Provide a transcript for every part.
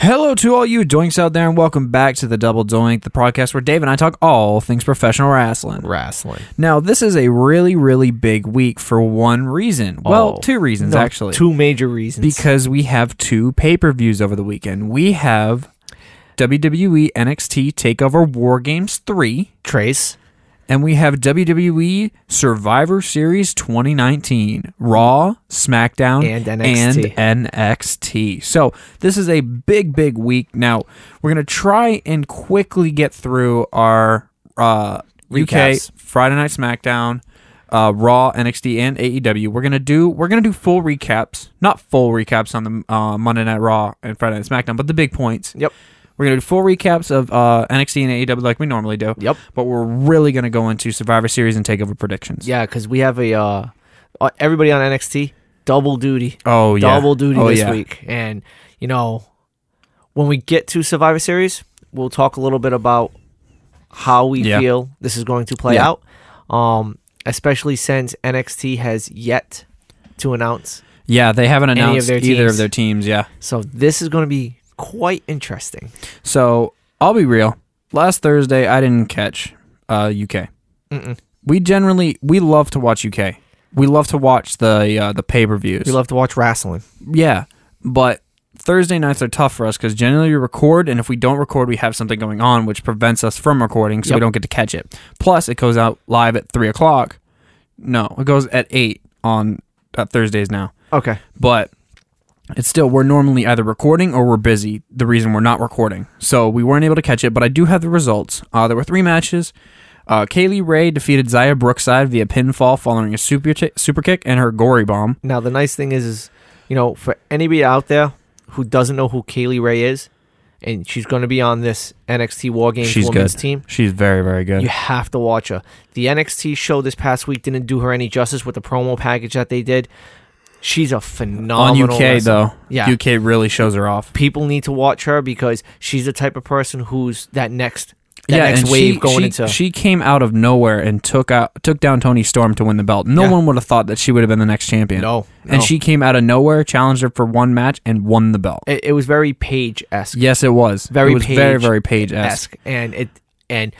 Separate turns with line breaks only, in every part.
Hello to all you doinks out there, and welcome back to the Double Doink, the podcast where Dave and I talk all things professional wrestling.
wrestling.
Now, this is a really, really big week for one reason. Well,
Oh.
two reasons,
No,
actually.
Two major reasons.
Because we have two pay per views over the weekend. We have E WWE NXT TakeOver War Games 3,
Trace.
and we have WWE Survivor Series 2019, Raw, SmackDown,
And NXT.
and NXT. So this is a big, big week. Now we're gonna try and quickly get through our uh, UK
Recaps.
Friday Night SmackDown, uh, Raw, NXT, and AEW. We're gonna do we're gonna do full recaps, not full recaps on the uh, Monday Night Raw and Friday Night SmackDown, but the big points.
Yep.
We're gonna do full recaps of uh, NXT and AEW like we normally do.
Yep.
But we're really gonna go into Survivor Series and Takeover predictions.
Yeah, because we have a uh, uh, everybody on NXT double duty,
Oh yeah.
double duty
Oh,
this
yeah.
week, and you know when we get to Survivor Series, we'll talk a little bit about how we
Yeah.
feel this is going to play
Yeah.
out, um, especially since NXT has yet to announce.
Yeah, they haven't
Any of
announced
their
either of
teams.
their teams. Yeah.
So this is going to be quite interesting.
So I'll be real. Last Thursday, I didn't catch uh, UK.
Mm-mm.
We generally we love to watch UK. We love to watch the uh, the pay per views.
We love to watch wrestling.
yeah, but Thursday nights are tough for us because generally we record, and if we don't record, we have something going on which prevents us from recording, so we
Yep.
don't get to catch it. Plus, it goes out live at three o'clock. No, it goes at eight on uh, Thursdays now.
Okay.
but it's still we're normally either recording or we're busy the reason we're not recording so we weren't able to catch it but i do have the results uh, there were three matches uh, kaylee ray defeated zaya brookside via pinfall following a super, chi- super kick and her gory bomb
Now the nice thing is, is you know, for anybody out there who doesn't know who Kaylee Ray is, and she's going to be on this NXT War Games
She's
women's
good.
team,
she's very very good
you have to watch her. The NXT show this past week didn't do her any justice with the promo package that they did. She's a
on
phenomenal.
uk
wrestler.
though
Yeah.
uk really shows her off
people need to watch her because she's the type of person who's that next, that
and
next wave
she,
going
she,
into.
she came out of nowhere and took out took down Tony Storm to win the belt. No
Yeah.
one would have thought that she would have been the next champion.
No, no.
and she came out of nowhere, challenged her for one match, and won the belt.
it, it was very Paige esque.
Yes, it was.
Very
it was very
Paige
very page esque.
esque, and it and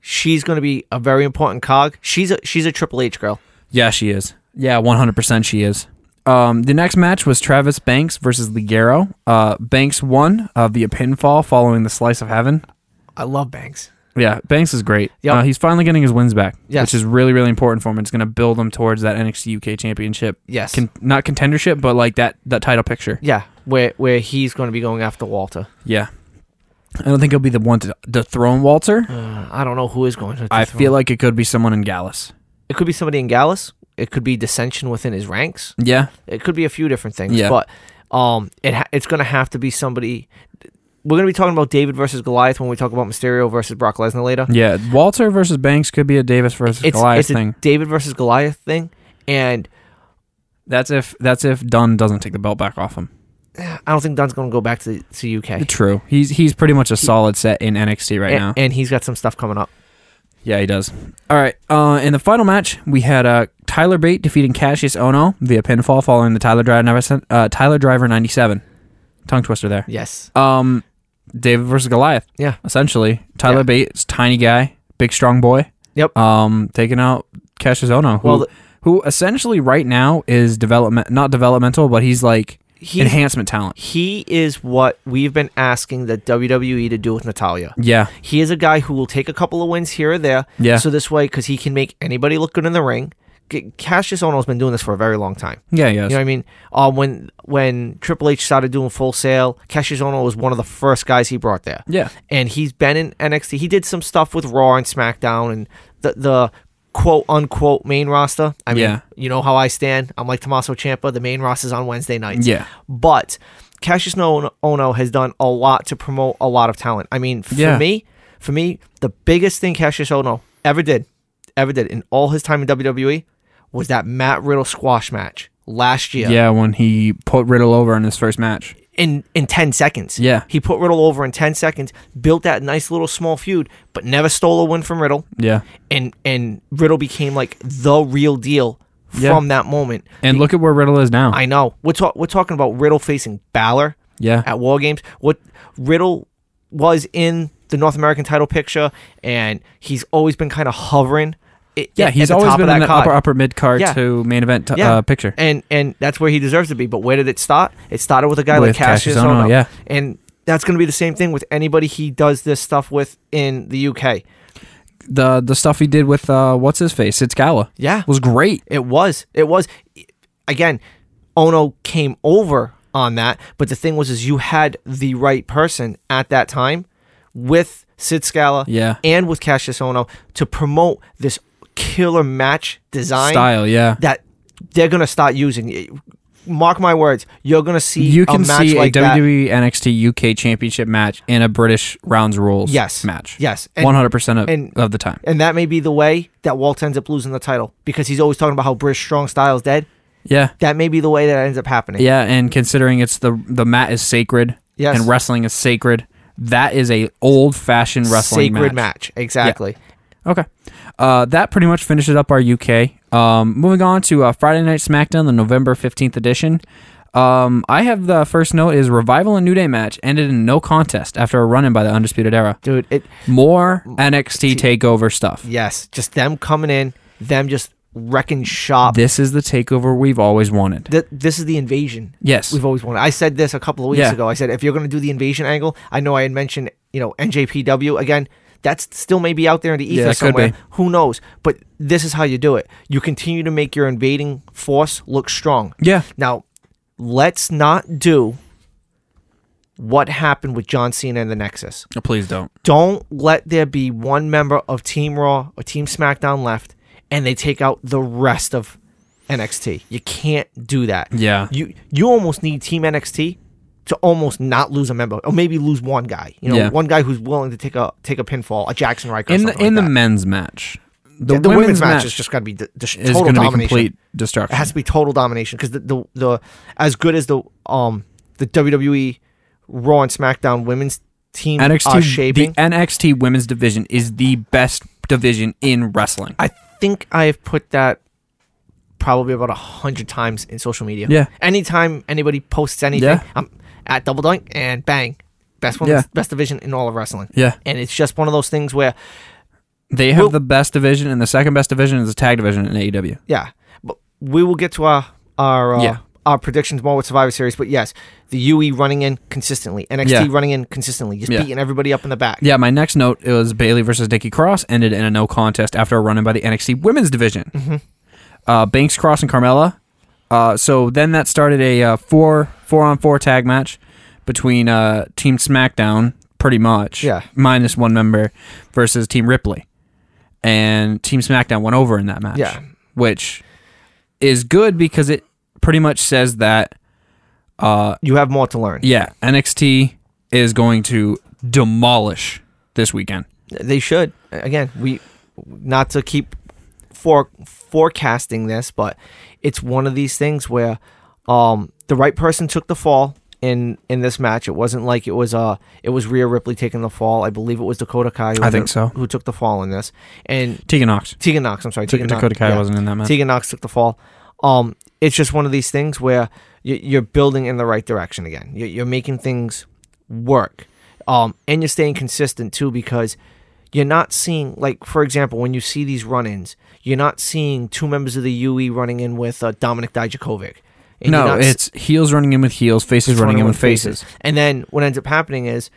she's going to be a very important cog. She's a she's a Triple H girl.
Yeah, she is. Yeah, one hundred percent, she is. Um, the next match was Travis Banks versus Ligero. Uh, Banks won uh, via pinfall following the slice of heaven.
I love Banks.
Yeah, Banks is great.
Yep.
Uh, he's finally getting his wins back,
Yes.
which is really really important for him. It's going to build him towards that NXT UK Championship.
Yes.
Con- not contendership, but like that that title picture.
yeah, where where he's going to be going after Walter.
Yeah, I don't think he'll be the one to dethrone Walter.
Uh, I don't know who is going to.
I
dethrone-
feel like it could be someone in Gallus.
it could be somebody in Gallus. It could be dissension within his ranks.
Yeah,
It could be a few different things.
Yeah.
But um, it ha- it's going to have to be somebody. We're going to be talking about David versus Goliath when we talk about Mysterio versus Brock Lesnar later.
yeah. Walter versus Banks could be a Davis versus
It's
Goliath
it's a
thing.
David versus Goliath thing, and
That's if that's if Dunn doesn't take the belt back off him.
I don't think Dunn's going to go back to to UK.
True. He's he's pretty much a solid set in NXT right
and,
now.
and he's got some stuff coming up.
yeah, he does. All right. Uh, in the final match, we had uh, Tyler Bate defeating Cassius Ono via pinfall following the Tyler Driver uh, Tyler Driver ninety seven tongue twister there.
Yes.
Um, David versus Goliath.
Yeah.
Essentially, Tyler
Yeah.
Bate's tiny guy, big strong boy.
Yep.
Um, taking out Cassius Ono, who
Well, the-
who essentially right now is development not developmental, but he's like
He
enhancement talent.
he is what we've been asking the WWE to do with Natalia.
Yeah.
He is a guy who will take a couple of wins here or there.
Yeah.
So this way, because he can make anybody look good in the ring. G- Cassius Ono's been doing this for a very long time.
Yeah. Yes.
You know what I mean? Um, when when Triple H started doing Full Sail, Cassius Ono was one of the first guys he brought there.
Yeah.
And he's been in NXT. He did some stuff with Raw and SmackDown and the the quote unquote main roster. I mean,
Yeah.
you know how I stand. I'm like Tommaso Ciampa. The main roster's on Wednesday nights.
Yeah.
But Cassius No- Ono has done a lot to promote a lot of talent. I mean, for
Yeah.
me, for me, the biggest thing Cassius Ono ever did, ever did in all his time in WWE was that Matt Riddle squash match last year.
Yeah. when he put Riddle over in his first match.
In in 10 seconds.
Yeah.
He put Riddle over in 10 seconds, built that nice little small feud, but never stole a win from Riddle.
Yeah.
And and Riddle became like the real deal
Yeah.
from that moment.
And look at where Riddle is now.
I know. We're, ta- we're talking about Riddle facing Balor.
Yeah.
at War Games. What Riddle was in the North American title picture, and he's always been kind of hovering. i-
Yeah,
at
he's
the
always
top
been
of
in
that
that
card.
upper upper mid card
Yeah.
to main event t-
Yeah.
uh, picture.
and and that's where he deserves to be. But where did it start? It started with a guy like
With Cassius
Cassius
Ohno,
Ohno.
yeah.
and that's going to be the same thing with anybody he does this stuff with in the UK.
The the stuff he did with uh, what's his face, Sid Scala,
Yeah,
was great.
it was, it was. Again, Ono came over on that, but the thing was, is you had the right person at that time with Sid Scala
Yeah.
and with Cassius Ono to promote this killer match design
Style, yeah.
that they're going to start using. Mark my words, you're going to see
You can
a match
see
like
a E
that.
WWE NXT UK Championship match in a British rounds rules
Yes.
match.
Yes. And,
one hundred percent of
and-
of the time.
and that may be the way that Walt ends up losing the title because he's always talking about how British strong style's dead.
Yeah,
That may be the way that ends up happening.
yeah, and considering it's the the mat is sacred,
Yes.
and wrestling is sacred. That is a old fashioned wrestling
Sacred match. Exactly.
Okay. Uh, that pretty much finishes up our UK. Um, moving on to uh, Friday Night SmackDown, the November 15th edition. Um, I have the first note is Revival and New Day match ended in no contest after a run in by the Undisputed Era.
Dude, it
More NXT takeover stuff.
yes, just them coming in, them just wrecking shop.
This is the takeover we've always wanted.
Th- this is the invasion
Yes.
we've always wanted. I said this a couple of weeks
Yeah.
ago. I said if you're going to do the invasion angle, I know I had mentioned you know NJPW again. That's still maybe out there in the ether
Yeah, it could be.
somewhere. Who knows? But this is how you do it. You continue to make your invading force look strong.
Yeah.
Now, let's not do what happened with John Cena and the Nexus.
Oh, please don't.
Don't let there be one member of Team Raw or Team SmackDown left and they take out the rest of NXT. You can't do that.
Yeah.
You you almost need Team NXT to almost not lose a member or maybe lose one guy. You know,
Yeah.
one guy who's willing to take a take a pinfall, a Jackson Riker. or
In the
something
in
like
the
that.
men's match, the,
Yeah, the women's, match, is just got to be the,
is
total
going to be
domination.
complete
It
destruction.
has to be total domination because the, the the as good as the um the WWE Raw and SmackDown women's team are
NXT the
shaping.
NXT women's division is the best division in wrestling.
I think I've put that probably about a hundred times in social media.
Yeah.
Anytime anybody posts anything,
Yeah.
I'm at Double Dunk and bang, best women's
Yeah.
best division in all of wrestling.
Yeah.
And it's just one of those things where
They have
Well-
the best division, and the second best division is the tag division in E AEW.
yeah, but we will get to our our uh,
Yeah.
our predictions more with Survivor Series. But yes, the UE running in consistently, NXT
Yeah.
running in consistently, just
Yeah.
beating everybody up in the back.
Yeah, my next note it was Bailey versus Nikki Cross ended in a no contest after a run in by the NXT women's division.
Mm-hmm.
Uh, Banks, Cross, and Carmella. Uh, so then that started a uh, four four on four tag match between uh, Team SmackDown, pretty much.
Yeah.
Minus one member versus Team Ripley, and Team SmackDown went over in that match.
Yeah.
Which is good because it pretty much says that. Uh,
You have more to learn.
Yeah, NXT is going to demolish this weekend.
They should. Again, we not to keep for forecasting this, but it's one of these things where um the right person took the fall in in this match. It wasn't like it was uh it was Rhea Ripley taking the fall. I believe it was Dakota Kai. Who
I think so.
Who took the fall in this? And
Tegan Knox.
Tegan Knox. I'm sorry, Tegan Knox-
Dakota Kai
yeah.
wasn't in that match.
Tegan Knox took the fall. Um, it's just one of these things where y- you're building in the right direction again. You- You're making things work, um, and you're staying consistent too because you're not seeing like, for example, when you see these run-ins, you're not seeing two members of the UE running in with uh, Dominic Dijakovic. And you're
no,
not s-
it's heels running in with heels, faces running in with faces.
And then what ends up happening is,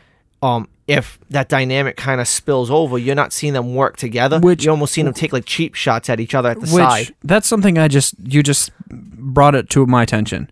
um, if that dynamic kind of spills over, you're not seeing them work together.
Which-
you almost seeing them take like cheap shots at each other at the
Which
side.
that's something I just you just brought it to my attention.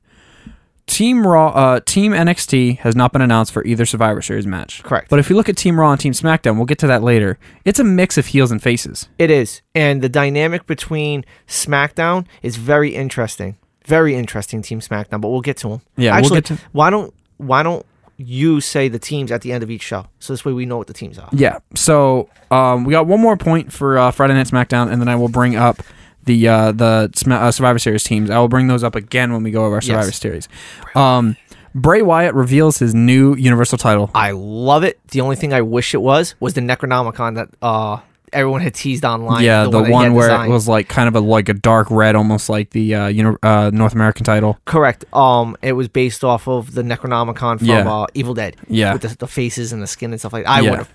Team Raw, uh, Team NXT has not been announced for either Survivor Series match.
Correct.
But if you look at Team Raw and Team SmackDown, we'll get to that later. It's a mix of heels and faces.
It is. And the dynamic between SmackDown is very interesting. Very interesting team SmackDown, but we'll get to them.
Yeah, we'll
Actually,
get to-
why don't why don't you say the teams at the end of each show? So this way we know what the teams are.
Yeah. So um, we got one more point for uh, Friday Night SmackDown, and then I will bring up the uh, the Sma- uh, Survivor Series teams. I will bring those up again when we go over our Survivor Series. Um, Bray Wyatt reveals his new Universal title.
I love it. The only thing I wish it was was the Necronomicon that uh everyone had teased online.
yeah, the,
that he
one
had
where
designed.
it was like kind of a like a dark red, almost like the uh, you know uh, North American title.
correct. Um, it was based off of the Necronomicon from
Yeah.
uh, Evil Dead.
Yeah.
with the, the faces and the skin and stuff like that. I
Yeah.
would have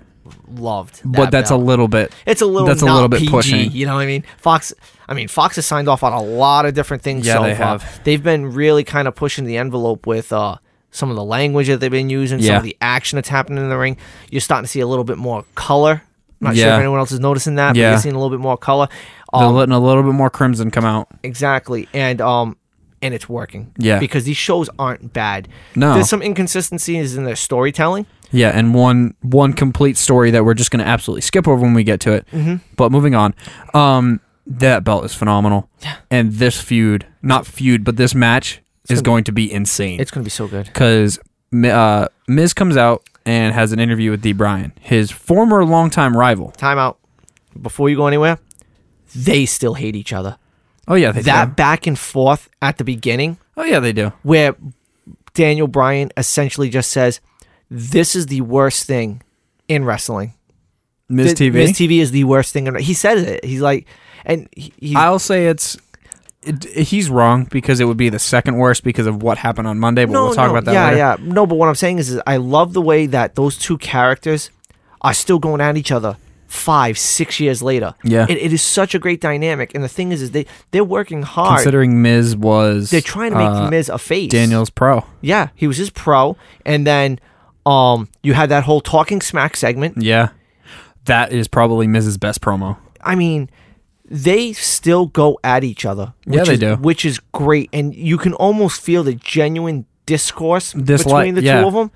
loved. That
but that's
belt.
a little bit.
It's a little.
that's a
not
little bit
PG,
pushing.
You know what I mean? Fox. I mean, Fox has signed off on a lot of different things.
Yeah,
so
they
far.
have.
They've been really kind of pushing the envelope with uh, some of the language that they've been using, some
Yeah.
of the action that's happening in the ring. You're starting to see a little bit more color. Not sure
Yeah.
if anyone else is noticing that, but
Yeah.
you're seeing a little bit more color.
They're
Um,
letting a little bit more crimson come out.
exactly, and um, and it's working.
Yeah.
because these shows aren't bad.
No.
there's some inconsistencies in their storytelling.
Yeah, and one one complete story that we're just going to absolutely skip over when we get to it. Mm-hmm. But moving on, um, that belt is phenomenal. Yeah. And this feud, not feud, but this match is going to be insane
It's gonna be so good.
because uh, Miz comes out and has an interview with D. Bryan, his former longtime rival.
Timeout. Before you go anywhere, they still hate each other.
Oh yeah, they
that
do.
back and forth at the beginning
Oh yeah, they do.
where Daniel Bryan essentially just says, "This is the worst thing in wrestling.
Miz
Th-
TV.
Miz TV is the worst thing." In, he says it. He's like, and he, he-
I'll say it's. It, he's wrong because it would be the second worst because of what happened on Monday, but
no,
we'll talk
no,
about that
yeah,
later.
yeah. No, but what I'm saying is, is, I love the way that those two characters are still going at each other five, six years later.
Yeah.
it, it is such a great dynamic. And the thing is, is they they're working hard.
Considering Miz was
they're trying to make
uh,
Miz a face.
Daniel's pro.
Yeah, he was his pro, and then um, you had that whole talking smack segment.
Yeah. That is probably Miz's best promo.
I mean, they still go at each other. Which
Yeah, they
is,
do.
which is great, and you can almost feel the genuine discourse
This
between
li-
the
yeah.
two of them.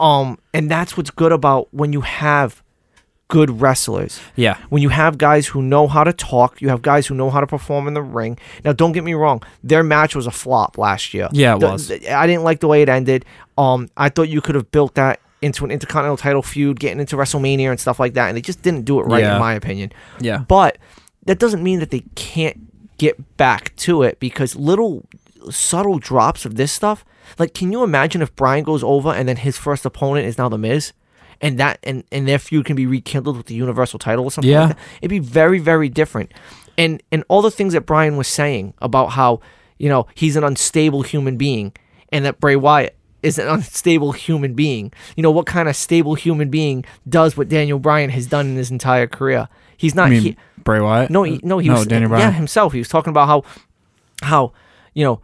Um, and that's what's good about when you have good wrestlers.
Yeah.
When you have guys who know how to talk, you have guys who know how to perform in the ring. Now, don't get me wrong; their match was a flop last year.
Yeah, it
The-
was.
the- I didn't like the way it ended. Um, I thought you could have built that into an intercontinental title feud, getting into WrestleMania and stuff like that, and they just didn't do it right,
Yeah.
in my opinion.
Yeah.
But that doesn't mean that they can't get back to it because little subtle drops of this stuff. Like, can you imagine if Brian goes over and then his first opponent is now the Miz? And that and, and their feud can be rekindled with the Universal title or something
Yeah.
like that. It'd be very, very different. And and all the things that Brian was saying about how, you know, he's an unstable human being and that Bray Wyatt is an unstable human being. You know, what kind of stable human being does what Daniel Bryan has done in his entire career? He's not
I mean,
he-
Bray Wyatt? Uh,
no, he, no, he
no,
was uh,
Daniel
yeah
Bryan.
himself. He was talking about how, how you know,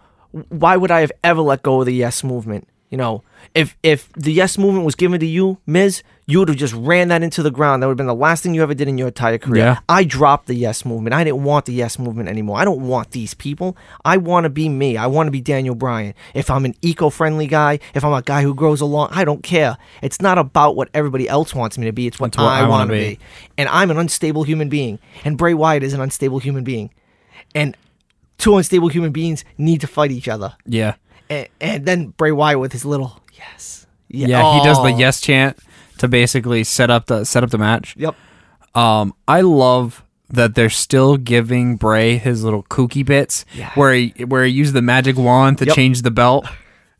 why would I have ever let go of the Yes movement? You know, if if the Yes movement was given to you, Miz, you would have just ran that into the ground. That would have been the last thing you ever did in your entire career.
Yeah.
I dropped the Yes movement. I didn't want the Yes movement anymore. I don't want these people. I want to be me. I want to be Daniel Bryan. If I'm an eco-friendly guy, if I'm a guy who grows along, I don't care. It's not about what everybody else wants me to be. It's what,
It's what I
I,
wanna
want to
be.
be and I'm an unstable human being, and Bray Wyatt is an unstable human being, and two unstable human beings need to fight each other,
Yeah.
and, and then Bray Wyatt with his little yes, yeah,
Yeah, he does the
Oh.
yes chant to basically set up the set up the match.
Yep,
Um, I love that they're still giving Bray his little kooky bits
Yeah.
where he where he used the magic wand to
Yep.
change the belt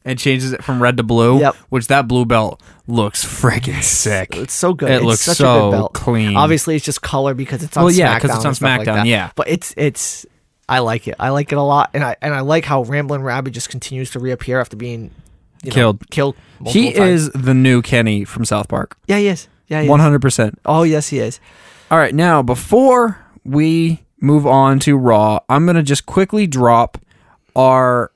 and changes it from red to blue.
Yep.
Which that blue belt looks freaking sick.
it's so good.
It
it's
looks
such
so
a good belt.
clean.
Obviously, it's just color because it's on
Well,
SmackDown.
yeah, 'cause it's on
and stuff like
SmackDown,
that.
yeah.
but it's it's. I like it. I like it a lot, and I and I like how Ramblin' Rabbit just continues to reappear after being you know,
Killed.
Killed.
He
multiple times.
is the new Kenny from South Park.
Yeah, he is. Yeah, he
One
is.
hundred percent.
Oh, yes, he is.
All right, now before we move on to Raw, I'm gonna just quickly drop our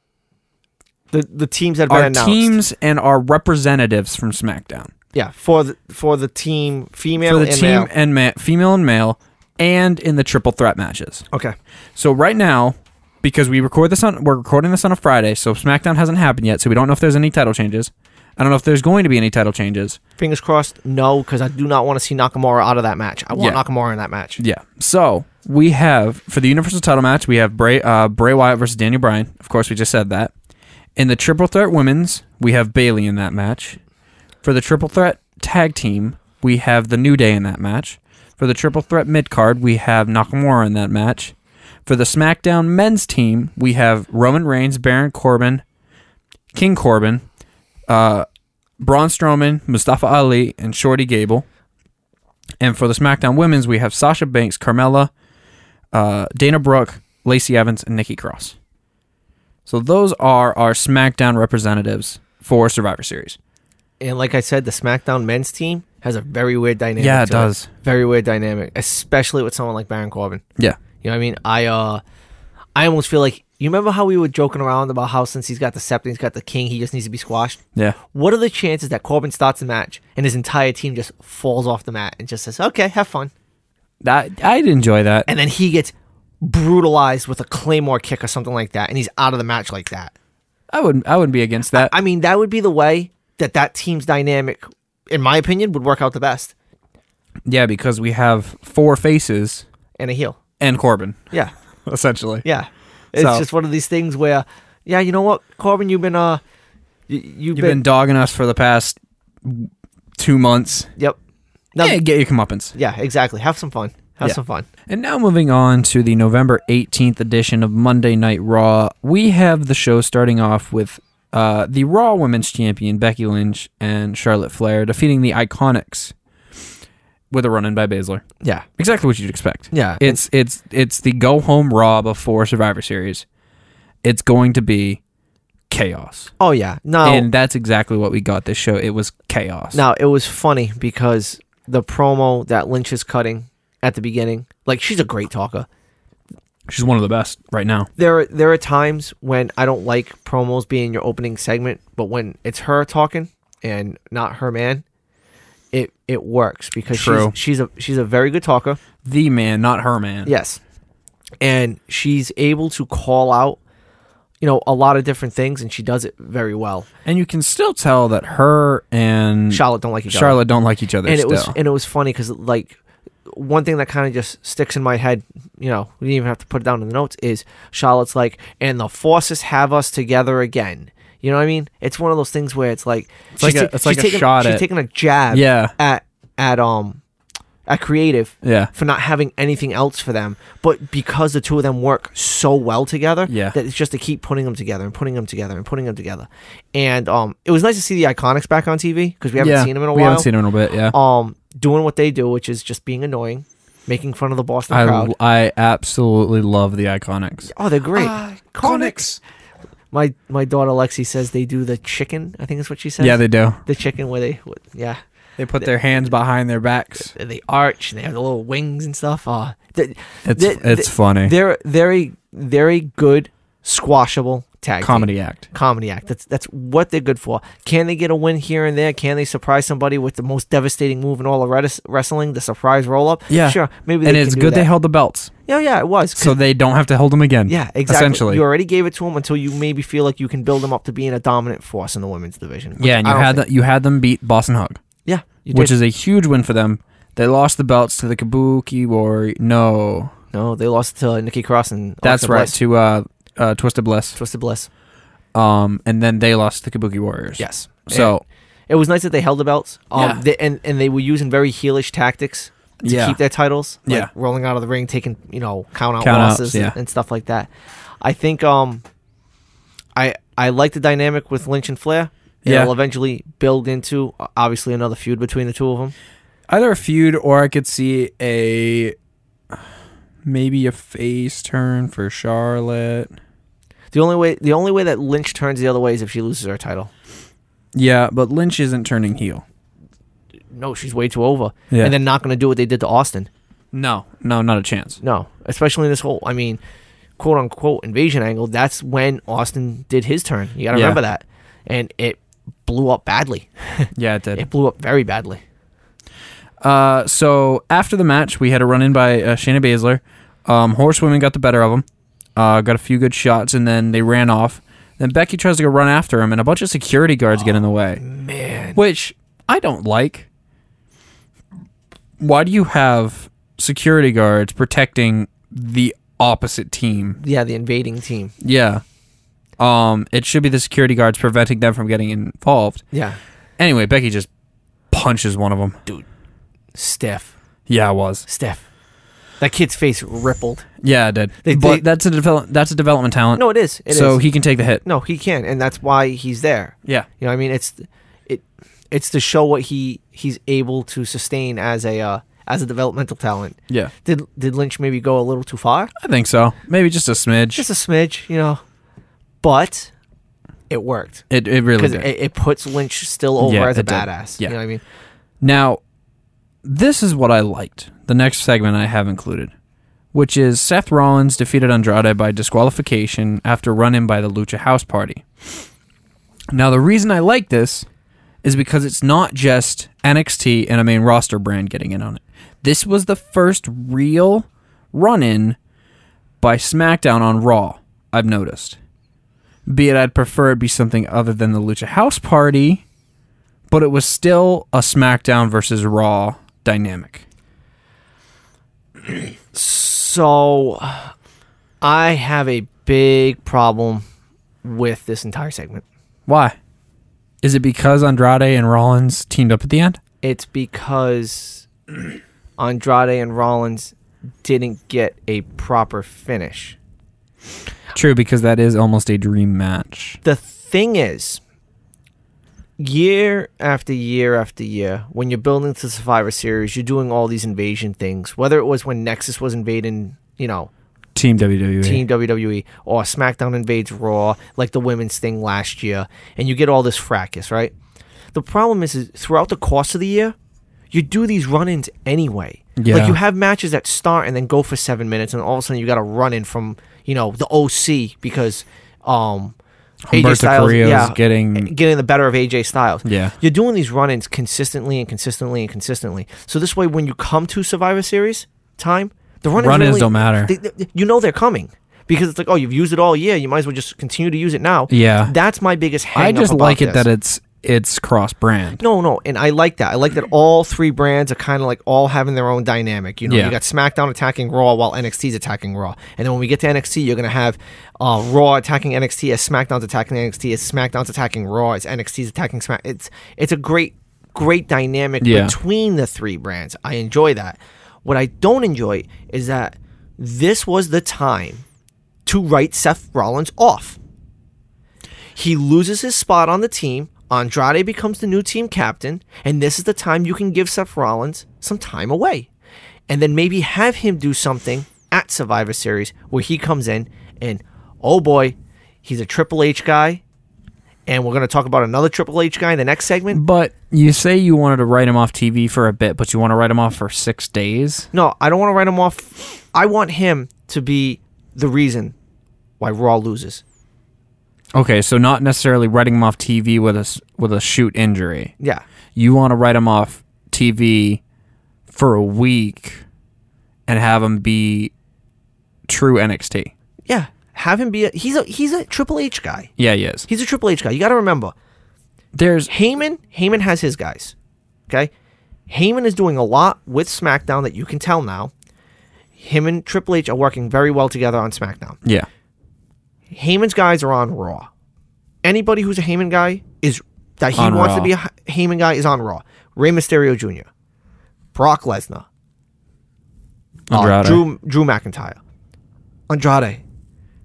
The the teams that have been
our
announced.
teams and our representatives from SmackDown
Yeah, for the for the team female
for the
and
team
male.
and ma- female and male, and in the triple threat matches.
Okay.
So right now, because we record this on we're recording this on a Friday, so SmackDown hasn't happened yet, so we don't know if there's any title changes. I don't know if there's going to be any title changes.
Fingers crossed. No, because I do not want to see Nakamura out of that match. I want
Yeah.
Nakamura in that match.
Yeah. So we have for the Universal Title match, we have Bray uh, Bray Wyatt versus Daniel Bryan. Of course, we just said that. In the Triple Threat Women's, we have Bailey in that match. For the Triple Threat Tag Team, we have the New Day in that match. For the Triple Threat Mid Card, we have Nakamura in that match. For the SmackDown Men's Team, we have Roman Reigns, Baron Corbin, King Corbin, uh, Braun Strowman, Mustafa Ali, and Shorty Gable. And for the SmackDown Women's, we have Sasha Banks, Carmella, uh, Dana Brooke, Lacey Evans, and Nikki Cross. So those are our SmackDown representatives for Survivor Series.
And like I said, the SmackDown men's team has a very weird dynamic.
Yeah, it
to
does.
Very weird dynamic, especially with someone like Baron Corbin.
Yeah.
You know what I mean? I uh, I almost feel like you remember how we were joking around about how since he's got the sept, and he's got the king, he just needs to be squashed.
Yeah.
What are the chances that Corbin starts the match and his entire team just falls off the mat and just says, "Okay, have fun,"
That I'd enjoy that.
and then he gets brutalized with a claymore kick or something like that, and he's out of the match like that.
I would I wouldn't be against that.
I mean, that would be the way that that team's dynamic, in my opinion, would work out the best.
yeah, because we have four faces
And a heel.
and Corbin,
Yeah,
essentially.
yeah. It's
So-
just one of these things where, yeah, you know what, Corbin, you've been uh, you, you've,
You've
been,
been dogging us for the past two months.
yep. No,
yeah,
yeah.
get your comeuppance.
exactly. Have some fun. Have
Yeah.
some fun.
And now moving on to the November 18th edition of Monday Night Raw, we have the show starting off with uh, the Raw Women's Champion Becky Lynch and Charlotte Flair defeating the Iconics with a run-in by Baszler.
Yeah,
Exactly what you'd expect.
yeah.
It's it's it's the go home Raw before Survivor Series. It's going to be chaos,
oh yeah. No,
and that's exactly what we got this show. It was chaos.
Now it was funny because the promo that Lynch is cutting at the beginning, like she's a great talker.
She's one of the best right now.
There, are, there are times when I don't like promos being your opening segment, but when it's her talking and not her man, it it works because
True.
she's she's a she's a very good talker.
The man, not her man.
Yes. And she's able to call out, you know, a lot of different things, and she does it very well.
And you can still tell that her and
Charlotte don't like each other.
Mm. Charlotte don't like each other
and it
still.
was and it was funny because like one thing that kind of just sticks in my head you know we didn't even have to put it down in the notes is charlotte's like and the forces have us together again you know what i mean it's one of those things where it's like it's
like a- it's like a
taking,
shot
she's
at-
taking a jab
yeah,
at at um at creative
yeah,
for not having anything else for them but because the two of them work so well together
Yeah.
that it's just to keep putting them together and putting them together and putting them together and um it was nice to see the iconics back on tv because we haven't
yeah.
seen them in a
we
while
haven't seen him in a bit. Yeah,
um doing what they do, which is just being annoying, making fun of the Boston
I,
crowd.
I absolutely love the Iconics.
Oh, they're great.
Ah,
My my daughter Lexi says they do the chicken. I think that's what she says.
Yeah, they do.
the chicken where they with- yeah
They put their hands behind their backs.
and they arch and they have the little wings and stuff. Oh, they,
It's
They-
it's funny.
they're they're a they're a good squashable tag team.
Comedy act.
comedy act. That's that's what they're good for. Can they get a win here and there? Can they surprise somebody with the most devastating move in all of redis- wrestling, the surprise roll up?
Yeah.
sure. Maybe they
And
can
it's
do
good
that.
they held the belts,
yeah, yeah, it was. 'cause
so they don't have to hold them again.
Yeah, exactly.
Essentially.
you already gave it to him until you maybe feel like you can build him up to being a dominant force in the women's division. which
yeah, and
I
you
don't
had
think-
that. You had them beat Boston Hug,
Yeah, you
which
did.
is a huge win for them. They lost the belts to the Kabuki Warrior. No,
no, they lost to Nikki Cross and
that's
Alexa
right
Bliss.
to uh, uh, Twisted Bliss.
Twisted Bliss.
Um, and then they lost to the Kabuki Warriors.
Yes.
So
And it was nice that they held the belts. Um,
Yeah.
they, and and they were using very heelish tactics to
Yeah.
keep their titles. Like
Yeah.
rolling out of the ring, taking you know count out
Count-outs,
losses
yeah.
and, and stuff like that. I think um, I I like the dynamic with Lynch and Flair.
Yeah.
It'll eventually build into uh, obviously another feud between the two of them.
either a feud or I could see a maybe a face turn for Charlotte.
The only way the only way that Lynch turns the other way is if she loses her title.
Yeah, but Lynch isn't turning heel.
No, she's way too over.
Yeah.
And they're not going to do what they did to Austin.
No, no, not a chance.
No, especially in this whole I mean, quote unquote invasion angle. That's when Austin did his turn. You got to
Yeah.
remember that, and it blew up badly.
Yeah, it did.
It blew up very badly.
Uh, so after the match, we had a run in by uh, Shayna Baszler. Um, Horsewomen got the better of them. Uh, got a few good shots, and then they ran off. Then Becky tries to go run after him, and a bunch of security guards get in the way.
Man,
which I don't like. Why do you have security guards protecting the opposite team?
yeah, the invading team.
Yeah. Um, it should be the security guards preventing them from getting involved.
Yeah,
Anyway, Becky just punches one of them.
Steph,
Yeah, I was.
Steph, that kid's face rippled.
Yeah, I did.
They-
but
they-
that's a develop. That's a development talent.
No, it is. It is.
so he can take the hit.
no, he can, and that's why he's there.
Yeah.
You know, what I mean, it's it it's to show what he he's able to sustain as a uh, as a developmental talent.
Yeah.
Did did Lynch maybe go a little too far?
I think so. Maybe just a smidge.
Just a smidge, you know. But it worked
it, it really
because
did.
it, it puts Lynch still over
Yeah,
as a
it did.
badass.
Yeah.
You know what I mean?
Now, this is what I liked. The next segment I have included, which is Seth Rollins defeated Andrade by disqualification after run in by the Lucha House Party. Now, the reason I like this is because it's not just NXT and a main roster brand getting in on it. This was the first real run in by SmackDown on Raw, I've noticed. Be it I'd prefer it be something other than the Lucha House Party but it was still a SmackDown versus Raw dynamic.
So I have a big problem with this entire segment.
Why? Is it because Andrade and Rollins teamed up at the end?
It's because Andrade and Rollins didn't get a proper finish.
True, because that is almost a dream match.
The thing is, year after year after year, when you're building to Survivor Series, you're doing all these invasion things. Whether it was when Nexus was invading, you know,
Team E. WWE.
Team WWE or SmackDown invades Raw, like the women's thing last year, and you get all this fracas, right? The problem is, is throughout the course of the year, you do these run-ins anyway.
Yeah.
Like you have matches that start and then go for seven minutes, and all of a sudden you got a run-in from you know the OC because um,
Humberto
AJ Styles,
Carrillo's
yeah,
getting-
getting the better of AJ Styles.
Yeah.
you're doing these run-ins consistently and consistently and consistently. So this way, when you come to Survivor Series time, the run-ins,
Run-ins
really-
don't matter.
they- they- you know they're coming because it's like, oh, you've used it all year. You might as well just continue to use it now.
Yeah.
that's my biggest. Hang
I just like it that
it.
it's it's cross brand.
No, no, and I like that. I like that all three brands are kind of like all having their own dynamic. You know,
Yeah.
you got SmackDown attacking Raw while NXT's attacking Raw, and then when we get to NXT, you're gonna have uh, Raw attacking NXT as SmackDown's attacking NXT as SmackDown's attacking Raw as NXT's attacking Smack. It's it's a great great dynamic
Yeah.
between the three brands. I enjoy that. What I don't enjoy is that this was the time to write Seth Rollins off. He loses his spot on the team. Andrade becomes the new team captain, and this is the time you can give Seth Rollins some time away. And then maybe have him do something at Survivor Series where he comes in and, oh boy, he's a Triple H guy. And we're going to talk about another Triple H guy in the next segment.
But you say you wanted to write him off TV for a bit, but you want to write him off for six days?
No, I don't want to write him off. I want him to be the reason why Raw loses.
Okay, so not necessarily writing him off TV with a, s- with a shoot injury.
Yeah.
you want to write him off TV for a week and have him be true NXT.
Yeah. Have him be a he's a he's a Triple H guy.
Yeah, he is.
He's a Triple H guy. You got to remember,
There's
Heyman. Heyman has his guys. Okay, Heyman is doing a lot with SmackDown that you can tell now. Him and Triple H are working very well together on SmackDown.
yeah,
Heyman's guys are on Raw. Anybody who's a Heyman guy is that he
On
wants
Raw.
to be a H- Heyman guy is on Raw. Rey Mysterio Jr., Brock Lesnar, uh,
Andrade.
Drew Drew McIntyre, Andrade,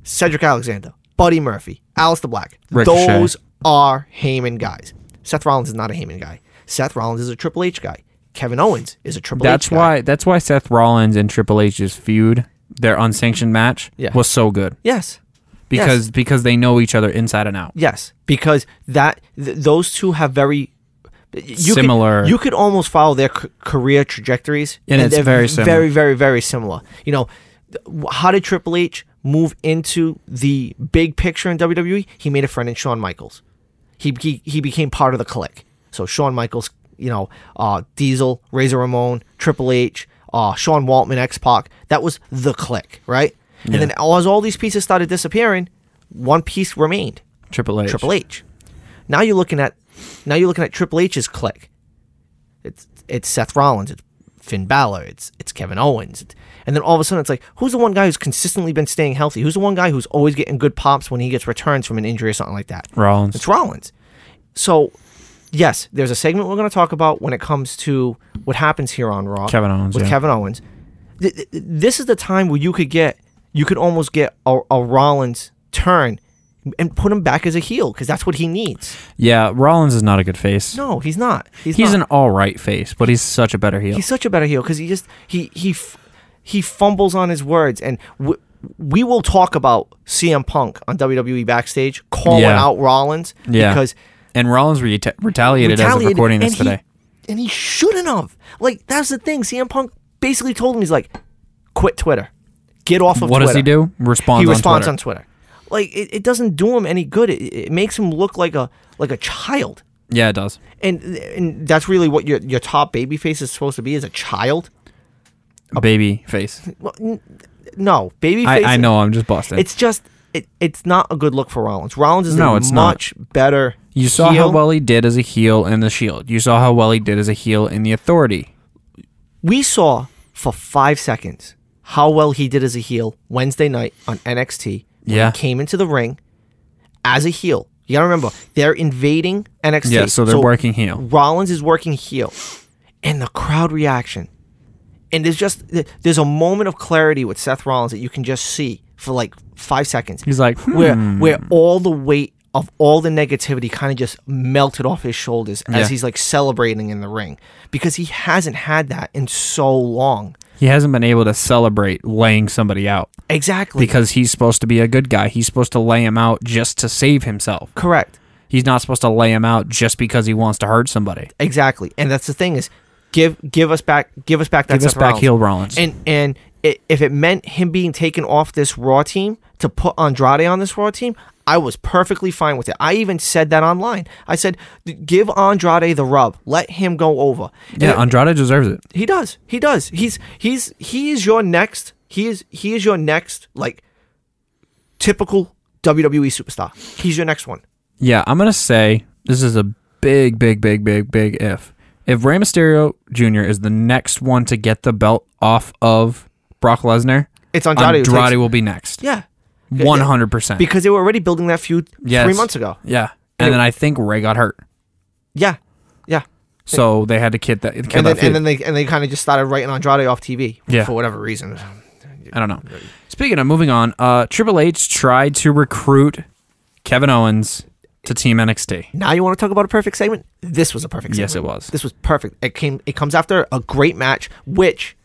Cedric Alexander, Buddy Murphy, Alistair Black.
Ricochet.
Those are Heyman guys. Seth Rollins is not a Heyman guy. Seth Rollins is a Triple H guy. Kevin Owens is a Triple
that's
H guy.
why that's why Seth Rollins and Triple H's feud, their unsanctioned match,
Yeah.
was so good
Yes.
because because they know each other inside and out.
Yes, because that th- those two have very you
Similar-
Could, you could almost follow their c- career trajectories,
And it's
they're
very similar.
very, very, very similar. You know, th- wh- how did Triple H move into the big picture in WWE? He made a friend in Shawn Michaels. He he, he became part of the clique. So Shawn Michaels, you know, uh, Diesel, Razor Ramon, Triple H, uh, Shawn Waltman, X Pac. That was the clique, right? And then as all these pieces started disappearing, one piece remained.
Triple H.
Triple H. Now you're looking at now you're looking at Triple H's click. It's it's Seth Rollins, it's Finn Balor, it's it's Kevin Owens, It's- and then all of a sudden it's like who's the one guy who's consistently been staying healthy? Who's the one guy who's always getting good pops when he gets returns from an injury or something like that?
Rollins.
It's Rollins. So yes, there's a segment we're going to talk about when it comes to what happens here on Raw.
Kevin Owens,
with
yeah.
Kevin Owens. Th- th- This is the time where you could get you could almost get a, a Rollins turn and put him back as a heel because that's what he needs.
Yeah, Rollins is not a good face.
No, he's not. He's,
he's
not.
an all right face, but he's such a better heel.
He's such a better heel because he just he he f- he fumbles on his words, and w- we will talk about CM Punk on WWE backstage calling
Yeah.
out Rollins
Yeah.
because
and Rollins re- retaliated, as of
retaliated,
recording this
and
today.
he, and he shouldn't have. Like that's the thing. CM Punk basically told him he's like, quit Twitter, get off of
What
Twitter.
does he do? Responds.
He
on
responds
Twitter.
on Twitter. Like it, it doesn't do him any good. It, it makes him look like a like a child.
Yeah, it does.
And, and that's really what your your top baby face is supposed to be as a child.
Baby face.
Well, n- no, baby face.
Oh. I, I know. I'm just busting.
It's just it, it's not a good look for Rollins. Rollins is
No,
a
it's not.
much better.
you saw
heel.
how well he did as a heel in the Shield. You saw how well he did as a heel in the Authority.
we saw for five seconds how well he did as a heel Wednesday night on NXT. when
Yeah.
he came into the ring as a heel. You gotta remember they're invading NXT.
Yeah, so they're working heel.
Rollins is working heel, and the crowd reaction, and there's just there's a moment of clarity with Seth Rollins that you can just see for like five seconds
He's like,
where
"Hmm."
where all the weight of all the negativity kind of just melted off his shoulders as
Yeah.
he's like celebrating in the ring because he hasn't had that in so long.
He hasn't been able to celebrate laying somebody out
Exactly.
because he's supposed to be a good guy. He's supposed to lay him out just to save himself.
correct.
He's not supposed to lay him out just because he wants to hurt somebody.
Exactly. And that's the thing is give give us back give us back that
Give us
Seth
back heel Rollins.
And and i if it meant him being taken off this Raw team to put Andrade on this Raw team, I was perfectly fine with it. I even said that online. I said, "Give Andrade the rub. Let him go over." And
yeah, Andrade deserves it.
He does. He does. He's he's he is your next. He is he is your next like typical WWE superstar. He's your next one.
Yeah, I'm gonna say this is a big, big, big, big, big if. If Rey Mysterio Jr. is the next one to get the belt off of Brock Lesnar,
It's Andrade who takes-
Andrade will be next.
Yeah,
One hundred percent.
because they were already building that feud three months ago.
Yeah, and then I think Ray got hurt,
Yeah, yeah.
so they had to kid that. Kid
And
that
then,
feud.
and then they and they kind of just started writing Andrade off TV
Yeah.
for whatever reason.
I don't know. Speaking of moving on, uh, Triple H tried to recruit Kevin Owens to Team NXT.
Now you want to talk about a perfect segment? This was a perfect segment.
Yes, it was.
This was perfect. It came it comes after a great match, which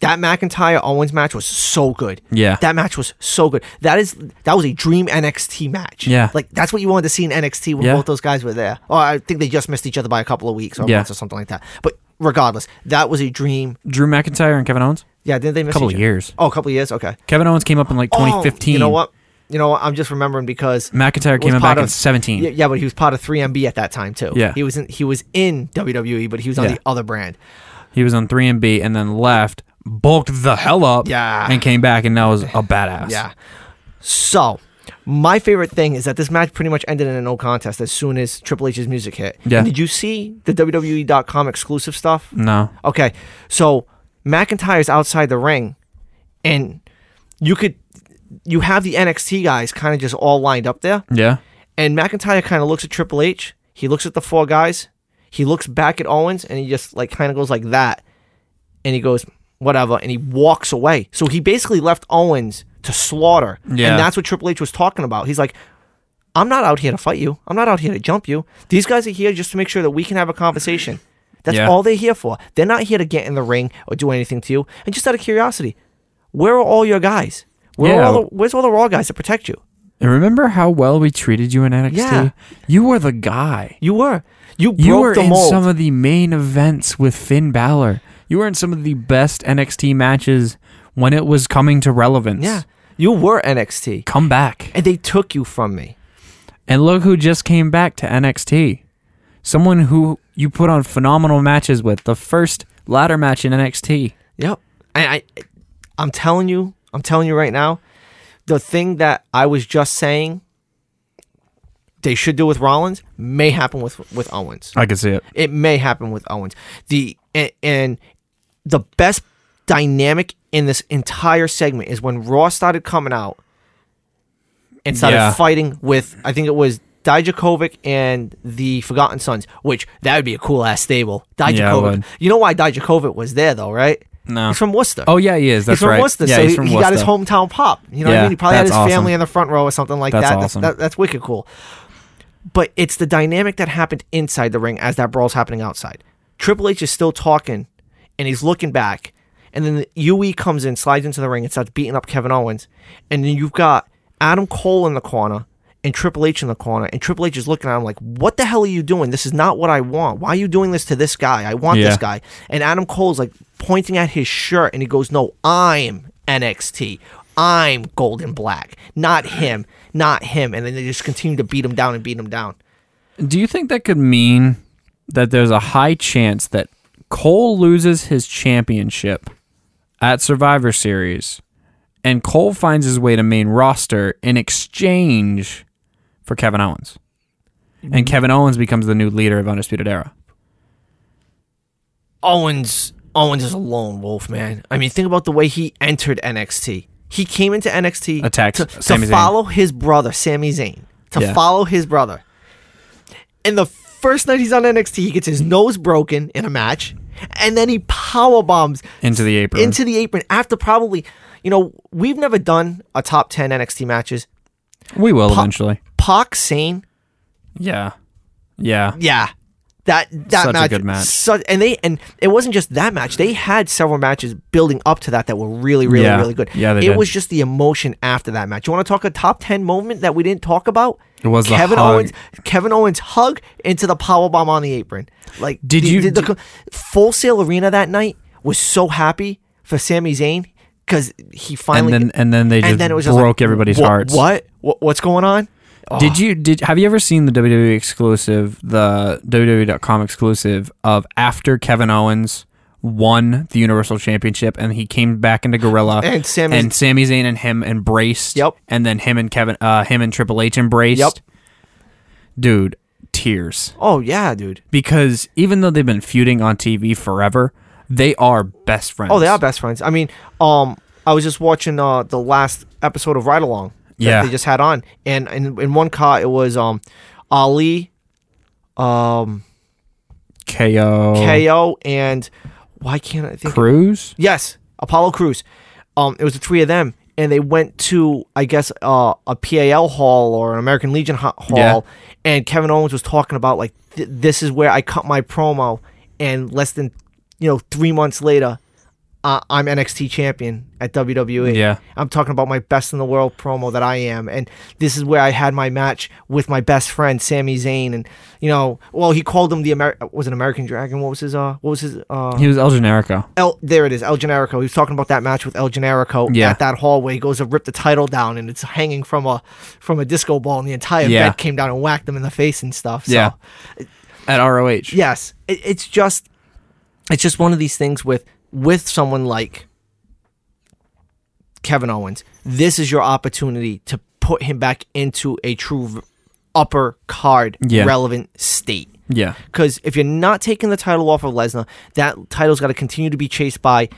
that McIntyre Owens match was so good.
Yeah.
That match was so good. That is that was a dream NXT match.
Yeah.
Like that's what you wanted to see in NXT when
Yeah.
both those guys were there. Or I think they just missed each other by a couple of weeks or
Yeah.
months or something like that. But regardless, that was a dream.
Drew McIntyre and Kevin Owens.
Yeah, didn't they miss
Couple
each
of
other?
years.
Oh, a couple of years? Okay.
Kevin Owens came up in like
Oh,
2015.
you know what? You know what? I'm just remembering because
McIntyre
was
came in
part
back in
of-
17.
Yeah, yeah, but he was part of 3MB at that time too.
Yeah.
he was in he was in WWE, but he was on
Yeah.
the other brand.
He was on 3MB and then left, bulked the hell up,
Yeah.
and came back and now is a badass.
Yeah. So, my favorite thing is that this match pretty much ended in a no contest as soon as Triple H's music hit.
Yeah.
And did you see the WWE.com exclusive stuff?
No.
Okay, so McIntyre's outside the ring, and you could you have the NXT guys kind of just all lined up there.
Yeah.
And McIntyre kind of looks at Triple H. He looks at the four guys. He looks back at Owens and he just like kind of goes like that. And he goes, whatever. And he walks away. So he basically left Owens to slaughter.
Yeah.
And that's what Triple H was talking about. He's like, I'm not out here to fight you. I'm not out here to jump you. These guys are here just to make sure that we can have a conversation. That's
Yeah.
all they're here for. They're not here to get in the ring or do anything to you. And just out of curiosity, where are all your guys? Where are
Yeah.
all the, where's all the Raw guys to protect you?
And remember how well we treated you in NXT?
Yeah.
You were the guy.
You were. You broke
You were
the
in
mold.
some of the main events with Finn Balor. You were in some of the best NXT matches when it was coming to relevance.
yeah. You were NXT.
Come back.
And they took you from me.
And look who just came back to NXT. Someone who you put on phenomenal matches with. The first ladder match in NXT.
Yep. And I I'm telling you, I'm telling you right now, the thing that I was just saying they should do with Rollins may happen with with Owens.
I could see it.
It may happen with Owens. The and, and the best dynamic in this entire segment is when Raw started coming out and started
Yeah.
fighting with I think it was Dijakovic and the Forgotten Sons, which that would be a cool ass stable.
it
Dijakovic.
would.
you know why Dijakovic was there though, right?
No.
He's from Worcester.
Oh yeah, he is. That's
he's from
right.
Worcester,
yeah,
so
he's
he,
from
he
Worcester.
got his hometown pop. You know what
Yeah,
I mean? He probably had his
that's awesome.
family in the front row or something like
That's
that.
awesome.
That's, that, that's wicked cool. But it's the dynamic that happened inside the ring as that brawl's happening outside. Triple H is still talking, and he's looking back, and then the UE comes in, slides into the ring, and starts beating up Kevin Owens, and then you've got Adam Cole in the corner. And Triple H in the corner, and Triple H is looking at him like, "What the hell are you doing? This is not what I want. Why are you doing this to this guy? I want
Yeah.
this guy." And Adam Cole's like pointing at his shirt and he goes, No, I'm NXT. I'm Golden Black. Not him. Not him. And then they just continue to beat him down and beat him down.
Do you think that could mean that there's a high chance that Cole loses his championship at Survivor Series and Cole finds his way to main roster in exchange for Kevin Owens?
Mm-hmm.
And Kevin Owens becomes the new leader of Undisputed Era.
Owens Owens is a lone wolf, man. I mean, think about the way he entered NXT. He came into NXT
Attacked
to, to
Sami Zayn.
follow his brother, Sami Zayn. To
Yeah.
follow his brother. And the first night he's on NXT, he gets his nose broken in a match. And then he power bombs
Into the apron.
Into the apron after probably, you know, we've never done a top 10 NXT matches.
we will eventually.
Pac Sane,
Yeah. Yeah.
yeah. That that
Such a
match,
good match.
su- and they and it wasn't just that match. They had several matches building up to that that were really, really,
Yeah.
really good.
Yeah, they
it
did.
was just the emotion after that match. You want to talk a top ten moment that we didn't talk about?
It was the
Kevin
hug.
Owens. Kevin Owens hug into the power bomb on the apron. Like
Did
the-
you-
the- the co- full sale arena that night was so happy for Sami Zayn because he
And
finally
then and then they just
and then it was just
broke
like,
everybody's
"Wha-
hearts.
What? what? What's going on?
Did you did have you ever seen the WWE exclusive, the WWE.com exclusive of after Kevin Owens won the Universal Championship and he came back into Gorilla
And Sami-
and Sami Zayn and him embraced.
Yep.
And then him and Kevin uh him and Triple H embraced.
Yep.
Dude, tears.
Oh yeah, dude.
Because even though they've been feuding on TV forever, they are best friends.
Oh, they are best friends. I mean, um, I was just watching uh the last episode of Ride Along. that
Yeah.
they just had on, and in, in one car it was um Ali, um
KO
KO, and why can't I think?
Cruz?
Yes, Apollo Crews. Um, it was the three of them, and they went to I guess uh, a PAL hall or an American Legion ho- hall,
Yeah.
and Kevin Owens was talking about like th- this is where I cut my promo, and less than you know three months later, uh, I'm NXT champion at WWE.
Yeah.
I'm talking about my best in the world promo that I am, and this is where I had my match with my best friend Sami Zayn, and you know, well, he called him the Amer- was an American Dragon. What was his uh, what was his uh,
He was El Generico.
El, there it is, El Generico. He was talking about that match with El Generico
Yeah.
at that hallway. He goes to rip the title down, and it's hanging from a from a disco ball, and the entire
Yeah.
bed came down and whacked them in the face and stuff. So,
Yeah. At ROH.
yes, it, it's just it's just one of these things with with someone like Kevin Owens. This is your opportunity to put him back into a true v- upper card
Yeah.
relevant state.
Yeah.
Because if you're not taking the title off of Lesnar, that title's got to continue to be chased by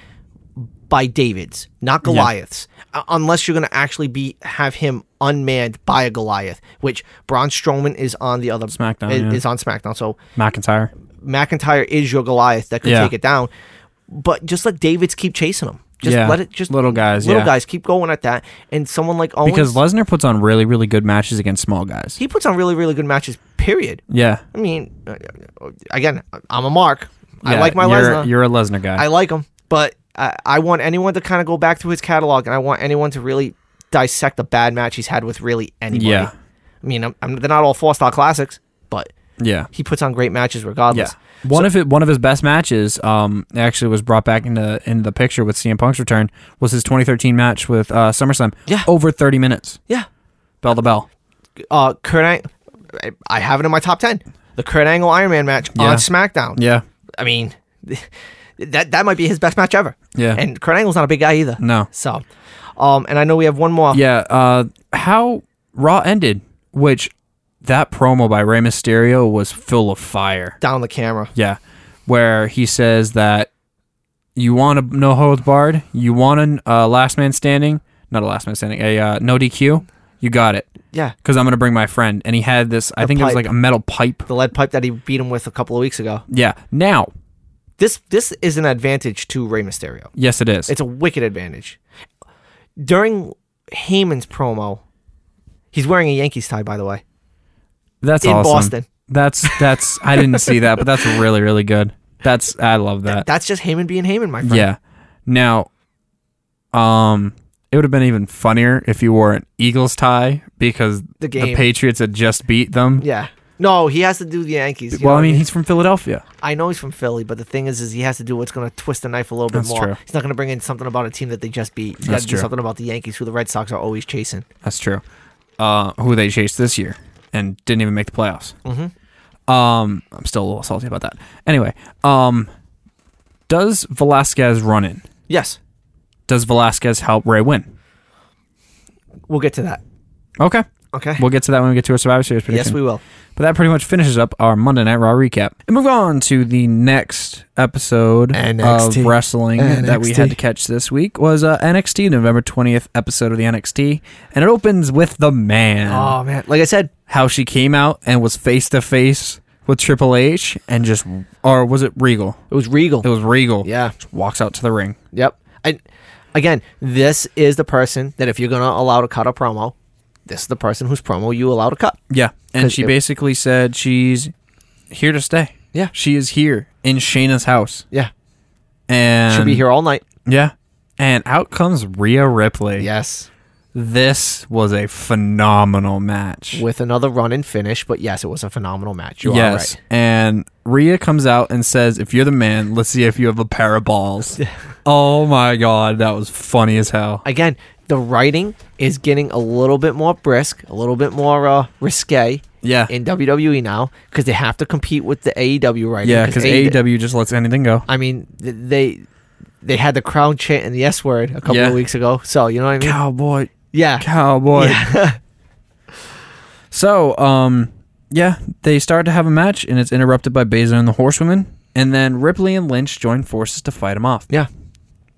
by Davids, not Goliaths. U- Unless you're going to actually be have him unmanned by a Goliath, which Braun Strowman is on the other
SmackDown,
is,
yeah.
is on SmackDown. So
McIntyre.
McIntyre is your Goliath that could
Yeah.
take it down. But just let Davids keep chasing him. Just
Yeah.
let it. Just
Little guys,
Little
yeah.
guys keep going at that. And someone like Owens,
Because Lesnar puts on really, really good matches against small guys.
he puts on really, really good matches. Period.
yeah.
I mean, uh, uh, again, I'm a mark. I
Yeah,
like my
you're,
Lesnar.
You're a Lesnar guy.
I like him, but I, I want anyone to kind of go back through his catalog, and I want anyone to really dissect the bad match he's had with really anybody.
Yeah.
I mean, I'm, I'm, they're not all four star classics, but
yeah.
he puts on great matches regardless.
One of it, one of his best matches, um, actually was brought back into into the picture with CM Punk's return was his 2013 match with uh, SummerSlam.
Yeah.
Over 30 minutes,
Yeah.
bell to bell.
Uh, Kurt, Ang- I, I have it in my top ten. The Kurt Angle Iron Man match
Yeah.
on SmackDown.
Yeah.
I mean, that that might be his best match ever.
Yeah.
And Kurt Angle's not a big guy either.
No.
So, um, and I know we have one more.
Yeah. Uh, how Raw ended, which that promo by Rey Mysterio was full of fire.
Down the camera.
Yeah, where he says that you want a no holds barred, you want a uh, last man standing, not a last man standing, a uh, no DQ. You got it,
Yeah.
because I'm gonna bring my friend. And he had this, I think it was
pipe.
like a metal pipe.
The lead pipe that he beat him with a couple of weeks ago.
Yeah. Now,
This this is an advantage to Rey Mysterio.
Yes, it is.
It's a wicked advantage. During Heyman's promo, he's wearing a Yankees tie, by the way.
that's
in
awesome.
Boston.
That's that's. I didn't see that, but that's really really good. That's I love that.
That's just Heyman being Heyman, my friend.
Uh, Yeah. Now, um, it would have been even funnier if you wore an Eagles tie because
The game.
Patriots had just beat them.
Yeah. No, he has to do the Yankees. you
well,
know
I
what
mean, he's from Philadelphia.
I know he's from Philly, but the thing is, is he has to do what's going to twist the knife a little bit
That's
more.
true.
He's not going to bring in something about a team that they just beat. He's got
That's
to do
true.
something about the Yankees, who the Red Sox are always chasing.
That's true. Uh, who they chased this year and didn't even make the playoffs.
Mhm.
Um, I'm still a little salty about that. Anyway, um, does Velasquez run in?
Yes,
Does Velasquez help Ray win?
we'll get to that.
Okay,
Okay.
we'll get to that when we get to our Survivor Series prediction.
yes, we will.
But that pretty much finishes up our Monday Night Raw recap. And move on to the next episode
NXT.
of wrestling that we
NXT.
had to catch this week was uh, NXT, November 20th episode of the NXT. And it opens with the man.
Oh man, like I said,
How she came out and was face to face with Triple H and just, or was it Regal?
it was Regal.
It was Regal.
Yeah.
Just walks out to the ring.
Yep. And again, this is the person that if you're going to allow to cut a promo, this is the person whose promo you allow to cut.
Yeah. And
'Cause
she
it-
basically said she's here to stay.
Yeah.
She is here in Shayna's house.
Yeah.
And
Should be here all night.
Yeah. And out comes Rhea Ripley.
Yes.
This was a phenomenal match.
With another run and finish, but yes, it was a phenomenal match. You are
yes.
right.
And Rhea comes out and says, If you're the man, let's see if you have a pair of balls. oh my God. That was funny as hell.
Again, the writing is getting a little bit more brisk, a little bit more uh, risque
Yeah.
in WWE now because they have to compete with the AEW writing. E
yeah. E Because AEW just lets anything go.
I mean, th- they they had the crowd chant and the S word a couple
Yeah.
of weeks ago. So you know what I mean?
Cowboy.
yeah.
Cowboy. so, um, yeah, they start to have a match and it's interrupted by Baszler and the Horsewomen. And then Ripley and Lynch join forces to fight him off.
Yeah.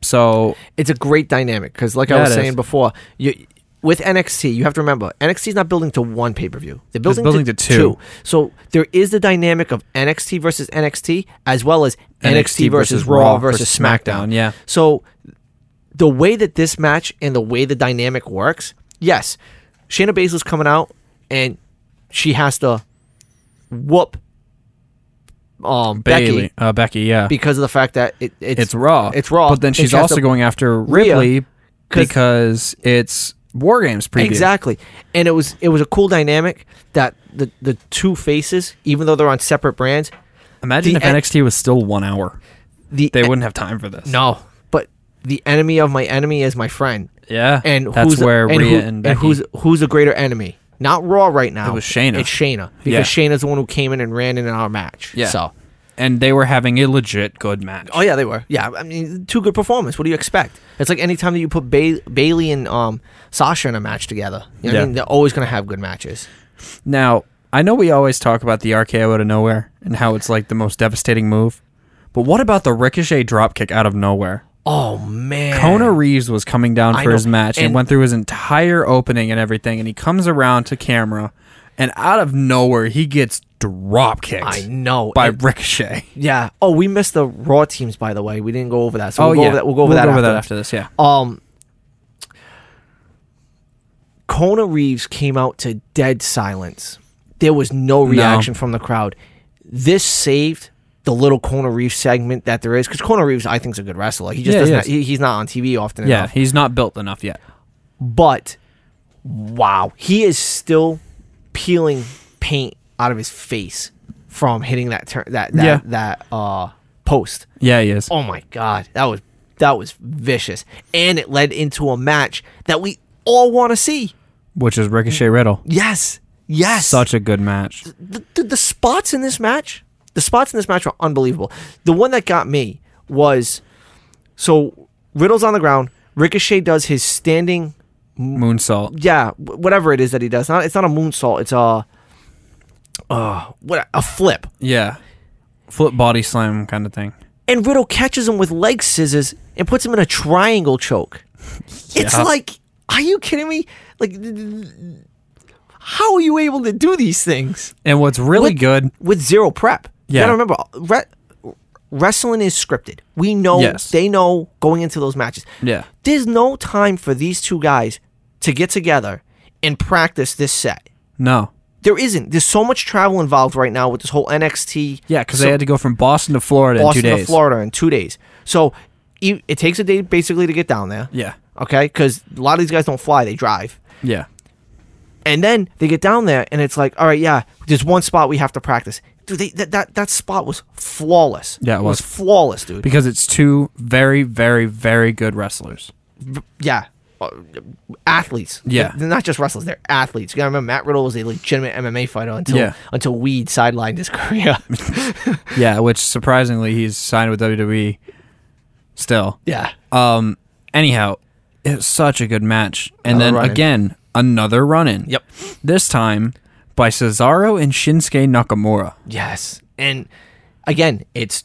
So,
it's a great dynamic because, like
Yeah,
I was
it
saying
is.
before, you with NXT, you have to remember NXT is not building to one pay per view; they're building,
building
to,
to two.
two. So there is the dynamic of NXT versus NXT as well as NXT, versus, Raw versus SmackDown.
Yeah.
So the way that this match and the way the dynamic works, yes, Shayna Baszler's coming out and she has to whoop um,
Bailey,
Becky
uh, Becky, yeah,
because of the fact that it, it's,
it's Raw,
It's Raw.
But then
and
she's
she has
also
to-
going after
Rhea,
Ripley
'cause-
because it's War Games preview.
Exactly. And it was it was a cool dynamic that the the two faces, even though they're on separate brands,
Imagine
The
if
en-
NXT was still one hour,
the
they wouldn't have time for this.
no, but the enemy of my enemy is my friend.
yeah,
And
that's
who's
where
and
Rhea
who-
and Becky.
who's who's a greater enemy? Not Raw right now.
It was Shayna.
It's Shayna because
Yeah.
Shayna's the one who came in and ran in our match.
yeah,
So.
and they were having a legit good match.
Oh yeah, they were. Yeah, I mean, two good performance. What do you expect? It's like any time that you put ba- Bailey and um, Sasha in a match together. You know what
Yeah.
I mean? They're always going to have good matches.
Now I know we always talk about the RKO out of nowhere and how it's like the most devastating move, but what about the Ricochet dropkick out of nowhere?
Oh man,
Kona Reeves was coming down
I
for
know,
his match and,
and-
went through his entire opening and everything, and he comes around to camera, and out of nowhere he gets drop kicked
I know.
by
And-
Ricochet.
Yeah. Oh, we missed the Raw teams, by the way. We didn't go over that.
Oh,
So we'll go over that. Oh, We'll go over, that, after.
this. Yeah,
Um, Kona Reeves came out to dead silence. There was no reaction from the crowd. This saved the little Kona Reeves segment that there is because Kona Reeves, I think, is a good wrestler. He just
Yeah, he
doesn't.
is.
he- he's not on TV often
yeah,
enough.
he's not built enough yet.
But wow, he is still peeling paint out of his face from hitting that turn that that
Yeah.
that uh post.
Yeah, he is.
Oh my god, that was that was vicious, and it led into a match that we all want to see.
Which is Ricochet Riddle.
Yes, yes.
Such a good match.
the, the, the spots in this match, the spots in this match were unbelievable. The one that got me was so Riddle's on the ground. Ricochet does his standing,
Moonsault.
yeah, wh- whatever it is that he does. Not it's not a moonsault. It's a uh, what a flip.
Yeah, flip body slam kind of thing.
and Riddle catches him with leg scissors and puts him in a triangle choke. It's
Yeah.
like, are you kidding me? Like, th- th- how are you able to do these things
And what's really
What-
good?
with zero prep?
Yeah.
I remember. Re- wrestling is scripted. We know
Yes.
they know going into those matches.
Yeah.
There's no time for these two guys to get together and practice this set.
No.
There isn't. There's so much travel involved right now with this whole NXT.
Yeah, because
So-
they had to go from Boston to Florida
Boston
in two days.
to Florida in two days. So e- it takes a day basically to get down there.
Yeah.
Okay, because a lot of these guys don't fly; they drive.
Yeah.
And then they get down there, and it's like, all right, yeah, there's one spot we have to practice. Dude, they, that, that that spot was flawless.
Yeah, it was.
flawless, dude.
Because it's two very, very, very good wrestlers.
yeah, Uh, athletes.
Yeah.
they're not just wrestlers; they're athletes. You gotta remember, Matt Riddle was a legitimate MMA fighter until
Yeah.
until Weed sidelined his career.
Yeah, which surprisingly he's signed with WWE still.
yeah,
Um anyhow, it's such a good match. And
Another
then
run-in.
again, another run in.
Yep.
This time by Cesaro and Shinsuke Nakamura.
yes. And again, it's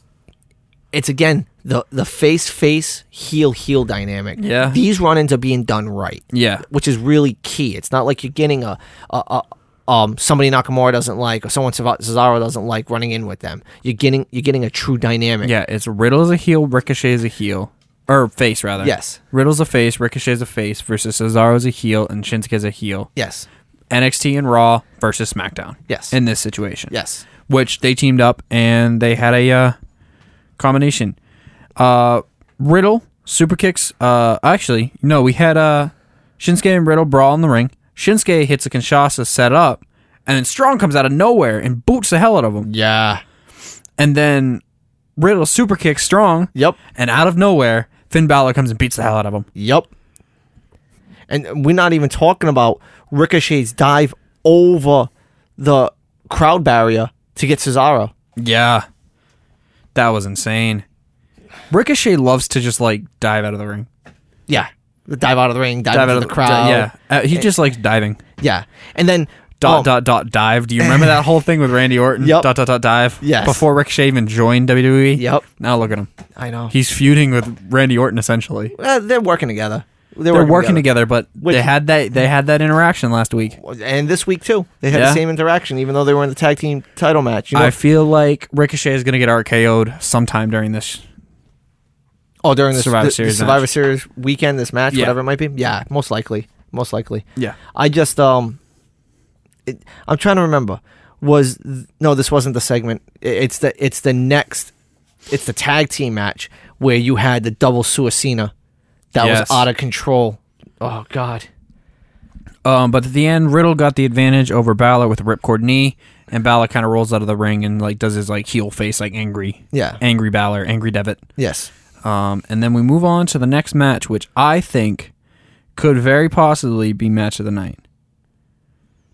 it's again the the face face heel heel dynamic.
Yeah.
these run ins are being done right.
Yeah.
which is really key. It's not like you're getting a, a, a um somebody Nakamura doesn't like or someone Cesar- Cesaro doesn't like running in with them. You're getting you're getting a true dynamic.
Yeah, it's Riddle as a heel, Ricochet as a heel. Or face rather.
Yes.
Riddle's a face, Ricochet's a face versus Cesaro as a heel and Shinsuke as a heel.
Yes.
NXT and Raw versus SmackDown.
Yes.
In this situation.
Yes.
Which they teamed up and they had a uh, combination. Uh, Riddle super kicks. Uh, actually, no, we had uh, Shinsuke and Riddle brawl in the ring. Shinsuke hits a Kinshasa set up, and then Strong comes out of nowhere and boots the hell out of him.
Yeah.
And then Riddle super kicks Strong,
Yep.
and out of nowhere, Finn Balor comes and beats the hell out of him.
Yep. And we're not even talking about Ricochet's dive over the crowd barrier to get Cesaro.
Yeah. That was insane. Ricochet loves to just like dive out of the ring.
Yeah. The dive out of the ring, dive,
dive
into
out of
the, crowd. Eh.
Yeah, uh, he just likes diving.
Yeah. And then
Dot
um,
dot dot dive. Do you remember that whole thing with Randy Orton?
Yep.
Dot dot dot dive.
Yes.
Before Rick Shaven joined WWE.
Yep.
Now look at him.
I know.
He's feuding with Randy Orton essentially.
Uh, they're working together. They're,
They're working together, but
Which-
they had that they had that interaction last week.
and this week too. They had the
Yeah.
same interaction, even though they were in the tag team title match. You know,
I feel like Ricochet is gonna get RKO'd sometime during this.
oh, during this
Survivor
the- the
Series
Survivor
match.
Series weekend, this match,
Yeah.
whatever it might be. Yeah, most likely, most likely.
Yeah.
I just um, it, I'm trying to remember. Was th- no, this wasn't the segment. I- It's the it's the next, it's the tag team match where you had the double Suicina that
Yes.
was out of control. Oh God.
Um, but at the end, Riddle got the advantage over Balor with a ripcord knee, and Balor kind of rolls out of the ring and like does his like heel face, like angry,
Yeah.
angry Balor, angry Devitt.
Yes.
Um, and then we move on to the next match, which I think could very possibly be match of the night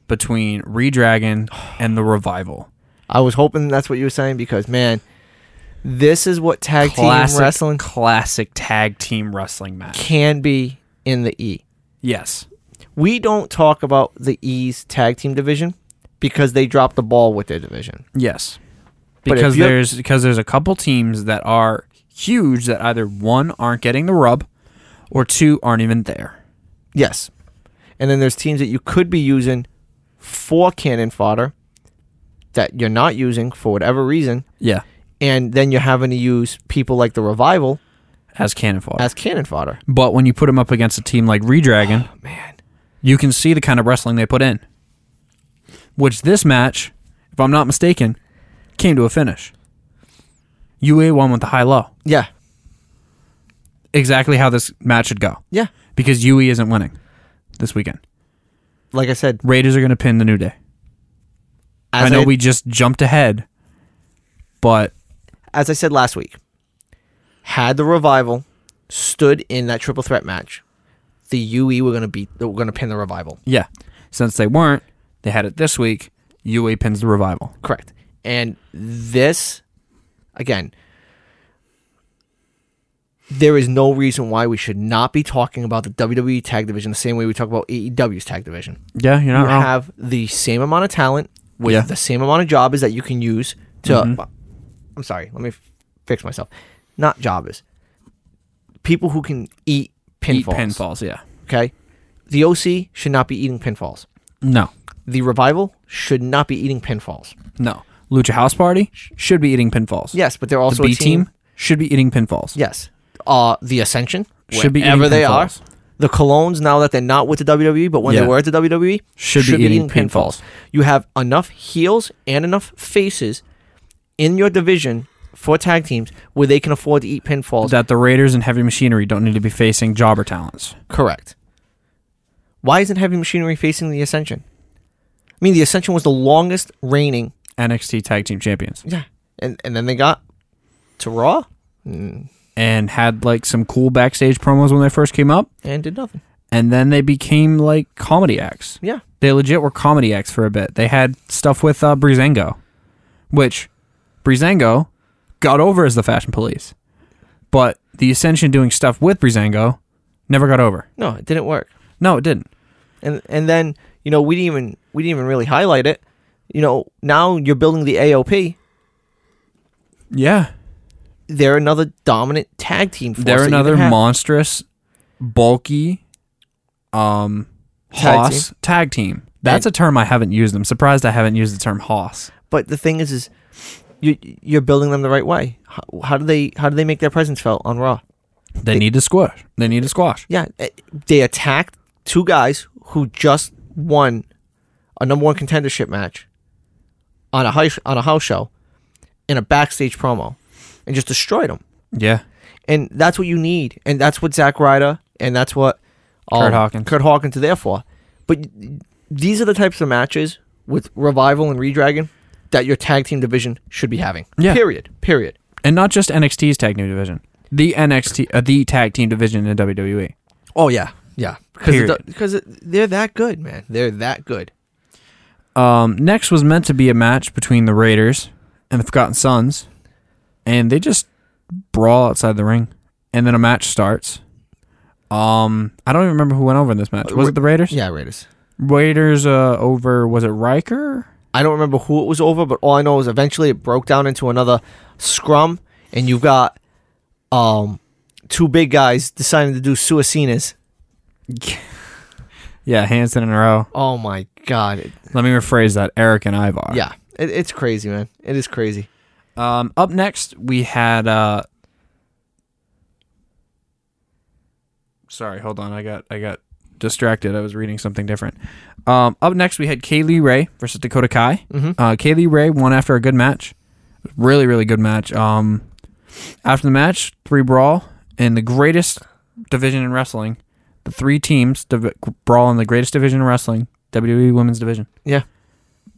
between Redragon and the Revival.
I was hoping that's what you were saying because man, this is what tag team wrestling
classic tag team wrestling match.
can be in the E.
Yes,
We don't talk about the E's tag team division because they dropped the ball with their division.
yes,
But if
because
you-
there's because there's a couple teams that are huge that either one aren't getting the rub, or two aren't even there.
Yes. And then there's teams that you could be using for cannon fodder that you're not using for whatever reason.
Yeah,
And then you're having to use people like the Revival
as cannon fodder.
as cannon fodder.
but when you put them up against a team like Redragon,
Man.
you can see the kind of wrestling they put in. Which this match, if I'm not mistaken, came to a finish. UA won with the high low.
Yeah.
Exactly how this match should go.
Yeah.
Because UE isn't winning this weekend.
Like I said,
Raiders are going to pin the New Day.
as
I know we just jumped ahead, but
as I said last week, had the revival stood in that triple threat match, the UE were gonna beat were gonna pin the revival.
yeah, since they weren't, they had it this week. UA pins the revival.
Correct. And this again there is no reason why we should not be talking about the WWE tag division the same way we talk about AEW's tag division.
Yeah, you're not
You
wrong.
have the same amount of talent
Uh-huh.
with
Yeah. Mm-hmm.
the same amount of jobbers that you can use to. I'm sorry, let me f- fix myself. Not jobbers, people who can eat
Eat
pinfalls.
pinfalls, yeah.
Okay, the OC should not be eating pinfalls.
No,
The revival should not be eating pinfalls.
no. Lucha House Party should be eating pinfalls.
Yes, but they're
The
also
B
a team.
team should be eating pinfalls.
Yes. Uh, the Ascension.
Should be
wherever
eating
they are.
pinfalls.
The Colognes, now that they're not with the WWE, but when
Yeah.
they were at the E, WWE,
Should be eating pinfalls.
You have enough heels and enough faces in your division for tag teams where they can afford to eat pinfalls.
That the Raiders and Heavy Machinery don't need to be facing jobber talents.
Correct. Why isn't Heavy Machinery facing the Ascension? I mean, the Ascension was the longest reigning.
NXT Tag Team Champions.
Yeah. And, and then they got to Raw mm,
And had like some cool backstage promos when they first came up.
and did nothing.
And then they became like comedy acts.
Yeah.
They legit were comedy acts for a bit. They had stuff with uh, Breezango, which Breezango got over as the Fashion Police. But the Ascension doing stuff with Breezango never got over.
No, it didn't work.
No, it didn't.
and and then you know we didn't even we didn't even really highlight it. You know now you're building the AOP.
Yeah.
They're another dominant tag team. Force
They're
that you
another
can have.
monstrous, bulky, um,
Tag
hoss tag team. That's a term I haven't used. I'm surprised I haven't used the term hoss.
But the thing is, is you you're building them the right way. How, how do they how do they make their presence felt on Raw?
They need to squash. They need to squash.
Yeah, eh, they attacked two guys who just won a number one contendership match on a house on a house show in a backstage promo, and just destroyed them.
Yeah.
and that's what you need, and that's what Zack Ryder, and that's what um,
Curt Hawkins.
Kurt Hawkins are there for. But y- these are the types of matches with Revival and Redragon that your tag team division should be having.
Yeah.
Period. Period.
And not just NXT's tag team division. The NXT, uh, the tag team division in E. WWE.
Oh yeah, yeah.
Period.
Because they're that good, man. They're that good.
Um, next was meant to be a match between the Raiders and the Forgotten Sons, and they just brawl outside the ring, and then a match starts. Um, I don't even remember who went over in this match. Was it the Raiders?
Yeah, Raiders.
Raiders uh, over was it Riker?
I don't remember who it was over, but all I know is eventually it broke down into another scrum, and you've got um two big guys deciding to do suicinas.
Yeah, Hanson and Rowe.
Oh my god. It-
Let me rephrase that. Eric and Ivar.
Yeah, it, it's crazy, man. It is crazy.
Um, up next we had. Uh... Sorry, hold on. I got I got distracted. I was reading something different. Um, up next we had Kaylee Ray versus Dakota Kai.
Mm-hmm.
Uh, Kaylee Ray won after a good match. Really, really good match. Um, after the match, three brawl in the greatest division in wrestling. The three teams div- brawl in the greatest division in wrestling, WWE Women's Division.
Yeah.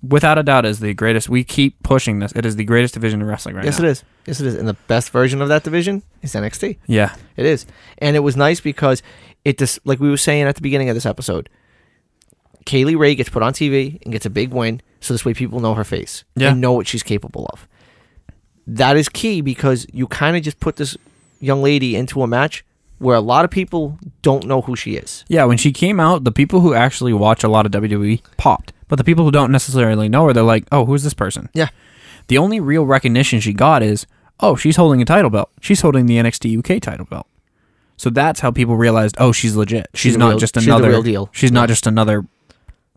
Without a doubt, is the greatest. We keep pushing this. It is the greatest division in wrestling right
yes,
now.
it is. Yes, it is. And the best version of that division is NXT.
Yeah.
It is. And it was nice because it just, like we were saying at the beginning of this episode, Kaylee Ray gets put on TV and gets a big win. So this way people know her face
Yeah.
and know what she's capable of. That is key because you kind of just put this young lady into a match where a lot of people don't know who she is.
Yeah, when she came out, the people who actually watch a lot of WWE popped. But the people who don't necessarily know her, they're like, oh, who's this person?
Yeah.
The only real recognition she got is, oh, she's holding a title belt. She's holding the NXT UK title belt. So that's how people realized, oh, she's legit. She's,
the
not
real-
just
she's the
another
real deal.
She's
Yeah.
not just another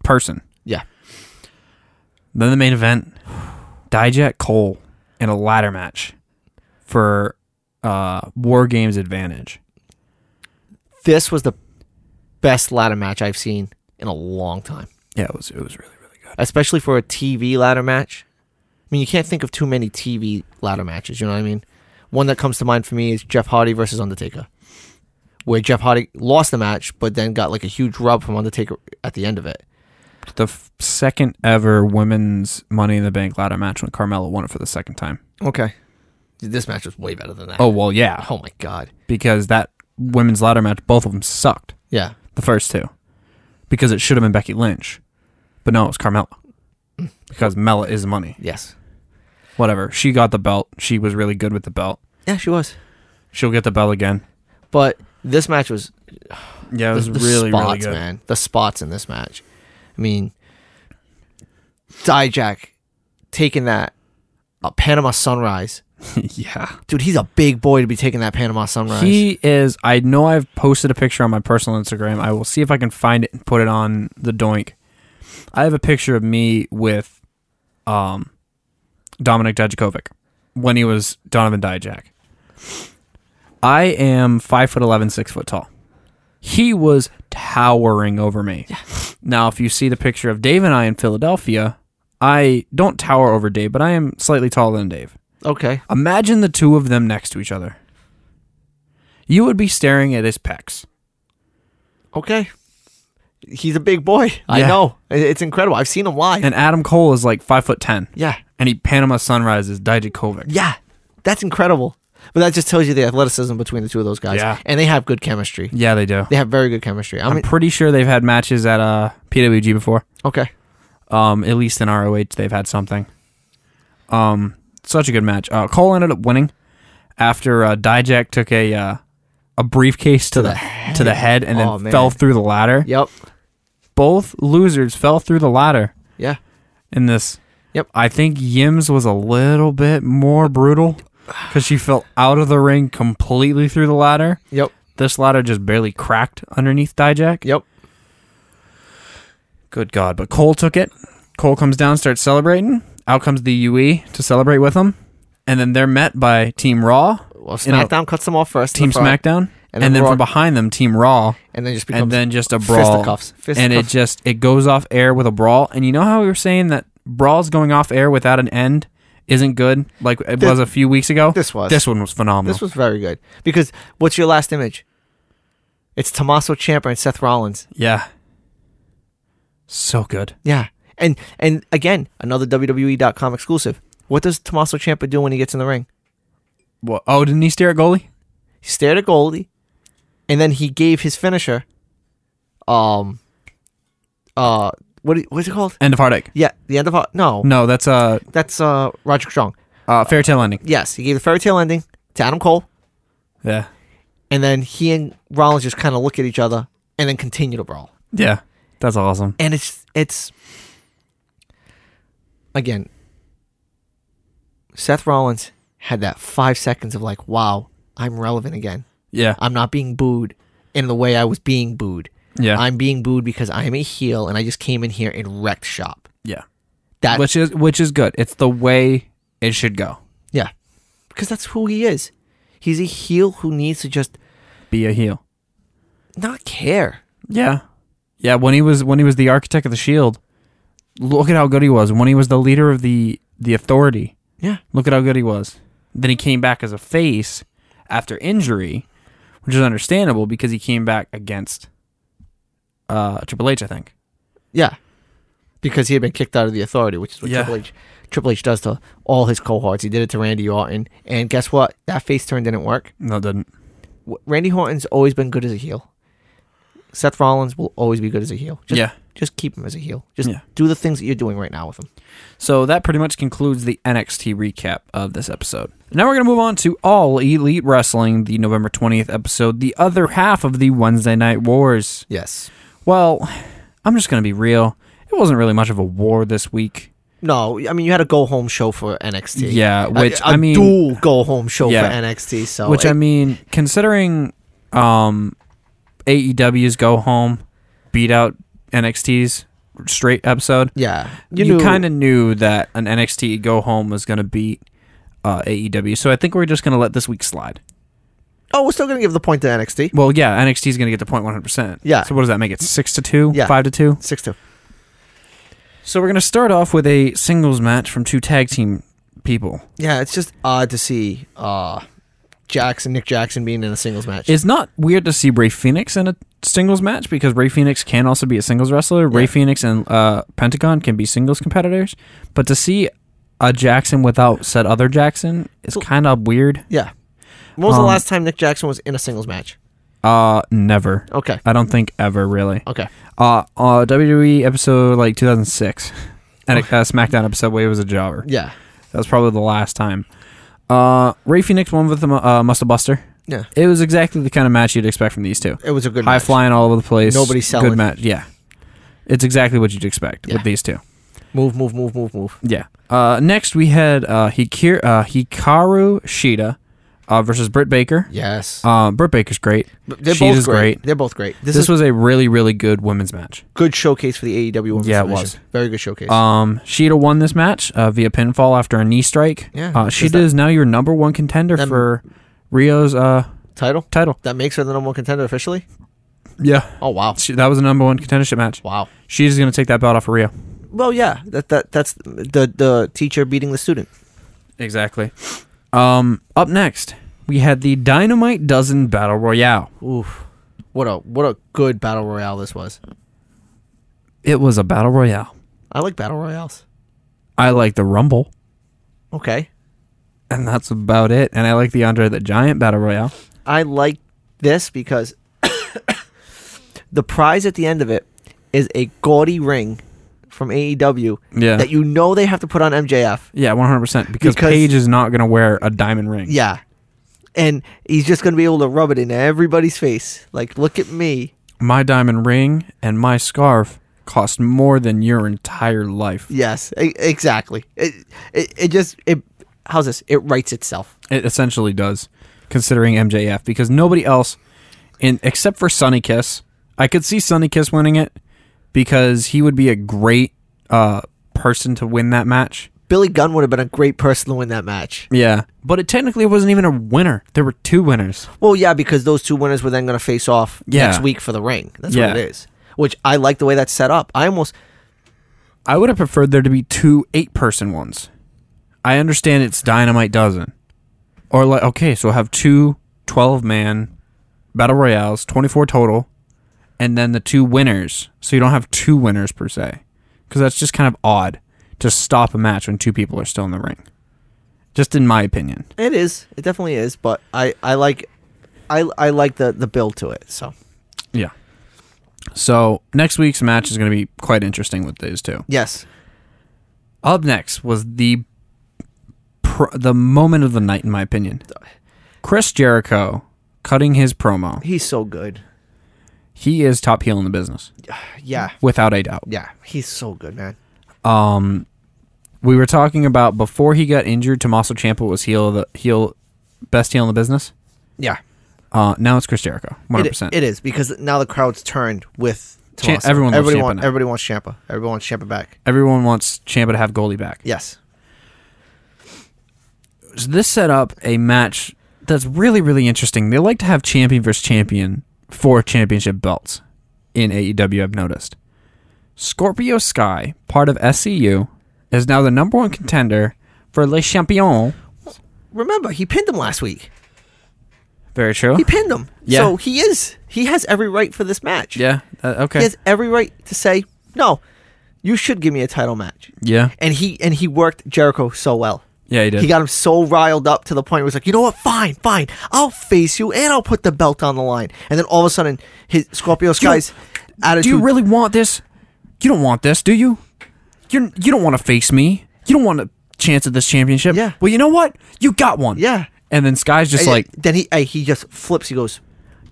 person.
Yeah.
Then the main event, Dijak Cole in a ladder match for uh, War Games Advantage.
This was the best ladder match I've seen in a long time.
Yeah, it was it was really really good.
especially for a TV ladder match. I mean, you can't think of too many TV ladder matches. You know what I mean? One that comes to mind for me is Jeff Hardy versus Undertaker, where Jeff Hardy lost the match, but then got like a huge rub from Undertaker at the end of it.
The f- second ever women's Money in the Bank ladder match when Carmella won it for the second time.
Okay, this match was way better than that.
Oh well, yeah,
oh my god,
because that women's ladder match, both of them sucked.
yeah,
The first two, because it should have been Becky Lynch, but no, it was Carmella. Because Mella is money.
yes,
Whatever. She got the belt. She was really good with the belt.
yeah, she was.
She'll get the belt again.
But this match was
Yeah, it was
the
really,
spots,
really good.
man. The spots in this match. I mean, Dijak taking that uh, Panama Sunrise
yeah.
dude, he's a big boy to be taking that Panama Sunrise.
He is. I know I've posted a picture on my personal Instagram. I will see if I can find it and put it on the doink. I have a picture of me with um, Dominic Dijakovic when he was Donovan Dijak. I am five foot eleven, six foot tall. He was towering over me. Now, if you see the picture of Dave and I in Philadelphia, I don't tower over Dave, but I am slightly taller than Dave.
Okay.
Imagine the two of them next to each other. You would be staring at his pecs.
Okay. He's a big boy. I
Yeah.
know. I- It's incredible. I've seen him live.
And Adam Cole is like five foot ten,
yeah.
and he Panama Sunrise is Dijakovic.
Yeah. That's incredible. But that just tells you the athleticism between the two of those guys.
Yeah.
And they have good chemistry.
Yeah, they do.
They have very good chemistry. I
I'm
mean,
pretty sure they've had matches at uh, PWG before.
okay.
Um, at least in ROH, they've had something. Um, such a good match. Uh, Cole ended up winning after uh, Dijak took a uh, a briefcase to, the, to the head and then
Oh, man.
fell through the ladder.
Yep.
Both losers fell through the ladder
Yeah.
in this.
Yep.
I think Yim's was a little bit more brutal because she fell out of the ring completely through the ladder.
Yep.
This ladder just barely cracked underneath Dijak.
Yep.
Good God. But Cole took it. Cole comes down, starts celebrating. Out comes the UE to celebrate with him. And then they're met by Team Raw,
Well,
You know,
SmackDown cuts them off first.
Team
in the front,
SmackDown,
And
and
then
then,
Raw-
from behind them, Team Raw,
And then just becomes
and then just a brawl.
fisticuffs.
And it
Fisticuffs.
just it goes off air with a brawl. And you know how we were saying that brawls going off air without an end isn't good, like it
Thi-
was a few weeks ago.
this was.
this one was phenomenal.
This was very good. Because what's your last image? It's Tommaso Ciampa and Seth Rollins.
yeah, so good.
Yeah. And and again, another WWE.com exclusive. What does Tommaso Ciampa do when he gets in the ring?
Wha- Oh, didn't he stare at goalie?
He stared at Goldie, and then he gave his finisher. Um. Uh, what i- what's it called?
End of heartache.
Yeah, the end of our, no,
No, that's a
that's uh Roger Strong.
uh, uh, fairy tale ending.
Yes, he gave the fairy tale ending to Adam Cole,
Yeah,
and then he and Rollins just kind of look at each other and then continue to brawl.
yeah, that's awesome.
and it's it's again Seth Rollins had that 5 seconds of like wow I'm relevant again
Yeah,
I'm not being booed in the way I was being booed
yeah,
I'm being booed because I'm a heel and I just came in here and wrecked shop
yeah.
that
Which is which is good. It's the way it should go.
yeah because that's who he is he's a heel who needs to just
Be a heel.
not care
Yeah. Yeah, when he was when he was the architect of the shield, look at how good he was. When he was the leader of the the authority,
yeah
look at how good he was. Then he came back as a face after injury, which is understandable because he came back against uh Triple H, I think.
Yeah, because he had been kicked out of the authority, which is what
Yeah.
Triple H Triple H does to all his cohorts. He did it to Randy Orton, and guess what? That face turn didn't work.
No, it didn't.
W- Randy Orton's always been good as a heel. Seth Rollins will always be good as a heel. Just,
Yeah.
just keep him as a heel. Just
Yeah.
do the things that you're doing right now with him.
So that pretty much concludes the NXT recap of this episode. Now we're going to move on to All Elite Wrestling, the November 20th episode, the other half of the Wednesday Night Wars.
Yes.
Well, I'm just going to be real. It wasn't really much of a war this week.
No, I mean you had a go home show for NXT.
Yeah,
A-
which,
a
I mean-
dual go home show
Yeah.
for NXT. So
which,
it-
I mean, considering um, AEW's go home, beat out NXT's straight episode,
yeah,
you,
knew-
kind of knew that an NXT go home was going to beat uh, AEW. So I think we're just going to let this week slide.
Oh, we're still gonna give the point to NXT.
Well, yeah, NXT's going to get the point 100%.
Yeah.
So what does that make it? 6 to 2?
Yeah.
5 to 2?
Six two.
So we're going to start off with a singles match from two tag team people.
Yeah, it's just odd to see uh Jackson, Nick Jackson being in a singles match.
It's not weird to see Ray Phoenix in a singles match because Ray Phoenix can also be a singles wrestler. Ray
Yeah.
Phoenix and uh, Pentagon can be singles competitors, but to see a Jackson without said other Jackson is kind of weird.
yeah. When was the
Um,
last time Nick Jackson was in a singles match?
Uh, never.
Okay.
I don't think ever really.
Okay.
Uh, uh WWE episode like 2006, and a uh, SmackDown episode where he was a jobber.
Yeah.
That was probably the last time. Uh, Ray Phoenix won with the mu- uh, Muscle Buster.
Yeah.
It was exactly the kind of match you'd expect from these two.
It was a good
high
match.
flying all over the place.
Nobody selling.
Good match. Yeah, it's exactly what you'd expect
Yeah.
with these two.
Move, move, move, move, move.
Yeah. Uh, next we had uh, Hikir, uh, Hikaru Shida uh, versus Britt Baker.
Yes.
Uh, Britt Baker's great.
They're
she
both
is great.
They're both great. This,
This,
is
was a really, really good women's match.
good showcase for the AEW women's
Yeah, it
division.
was.
Very good showcase.
Um, Sheeta won this match uh, via pinfall after a knee strike.
Yeah,
uh,
does
Sheeta
that-
is now your number one contender
That-
for Rio's uh,
Title?
title.
That makes her the number one contender officially?
Yeah,
Oh, wow.
she, that was a number one contendership match.
Wow.
Sheeta's gonna take that belt off of Rio.
Well, yeah. That, that That's the, the teacher beating the student.
Exactly. Um, up next we had the Dynamite Dozen Battle Royale.
Oof. What a what a good battle royale this was.
It was a battle royale.
I like battle royales.
I like the Rumble,
Okay.
and that's about it. And I like the Andre the Giant Battle Royale.
I like this because the prize at the end of it is a gaudy ring from AEW
Yeah.
that you know they have to put on MJF.
Yeah, one hundred percent. Because
Because-
Paige is not gonna wear a diamond ring.
Yeah. And he's just going to be able to rub it in everybody's face. Like, look at me.
My diamond ring and my scarf cost more than your entire life.
Yes, e- exactly. It, it, it just, it, how's this? It writes itself.
It essentially does, considering MJF, because nobody else, in except for Sunny Kiss, I could see Sunny Kiss winning it because he would be a great uh, person to win that match.
Billy Gunn would have been a great person to win that match.
Yeah, but it technically wasn't even a winner. There were two winners.
Well, yeah, because those two winners were then going to face off
Yeah.
next week for the ring. That's
Yeah.
what it is. Which I like the way that's set up. I almost,
I would have preferred there to be two eight-person ones. I understand it's Dynamite dozen, or like okay, so have two 12-man battle royales, 24 total, and then the two winners. So you don't have two winners per se, because that's just kind of odd to stop a match when two people are still in the ring. Just in my opinion.
it is. It definitely is. But I, I like, I, I like the, the build to it. So,
Yeah. So next week's match is going to be quite interesting with these two.
yes.
Up next was the pr- the moment of the night, in my opinion. Chris Jericho cutting his promo.
He's so good.
He is top heel in the business,
Yeah.
without a doubt.
Yeah. He's so good, man.
Um, we were talking about before he got injured. Tommaso Ciampa was heel of the heel, best heel in the business.
Yeah.
Uh, now it's Chris Jericho, one
It-
hundred percent.
It is because now the crowd's turned with
Cha-
Tommaso.
everyone loves
everybody
Ciampa
want-
now.
everybody wants Champa. Everyone wants Champa back.
Everyone wants Ciampa to have goalie back.
Yes.
So this set up a match that's really really interesting. They like to have champion versus champion for championship belts in AEW. I've noticed. Scorpio Sky, part of SCU, is now the number one contender for Les Champions.
Remember, he pinned him last week.
Very true.
He pinned him.
Yeah.
So he is. He has every right for this match.
Yeah. uh, okay.
He has every right to say no. You should give me a title match.
yeah.
And he and he worked Jericho so well.
Yeah. He did.
He got him so riled up to the point where he's like, you know what? Fine, fine. I'll face you and I'll put the belt on the line. And then all of a sudden, his Scorpio Sky's attitude.
do you really want this? You don't want this, do you? You you don't want to face me. You don't want a chance at this championship.
Yeah.
Well, you know what? You got one.
Yeah.
And then Sky's just
And
like,
then he eh, he just flips. He goes,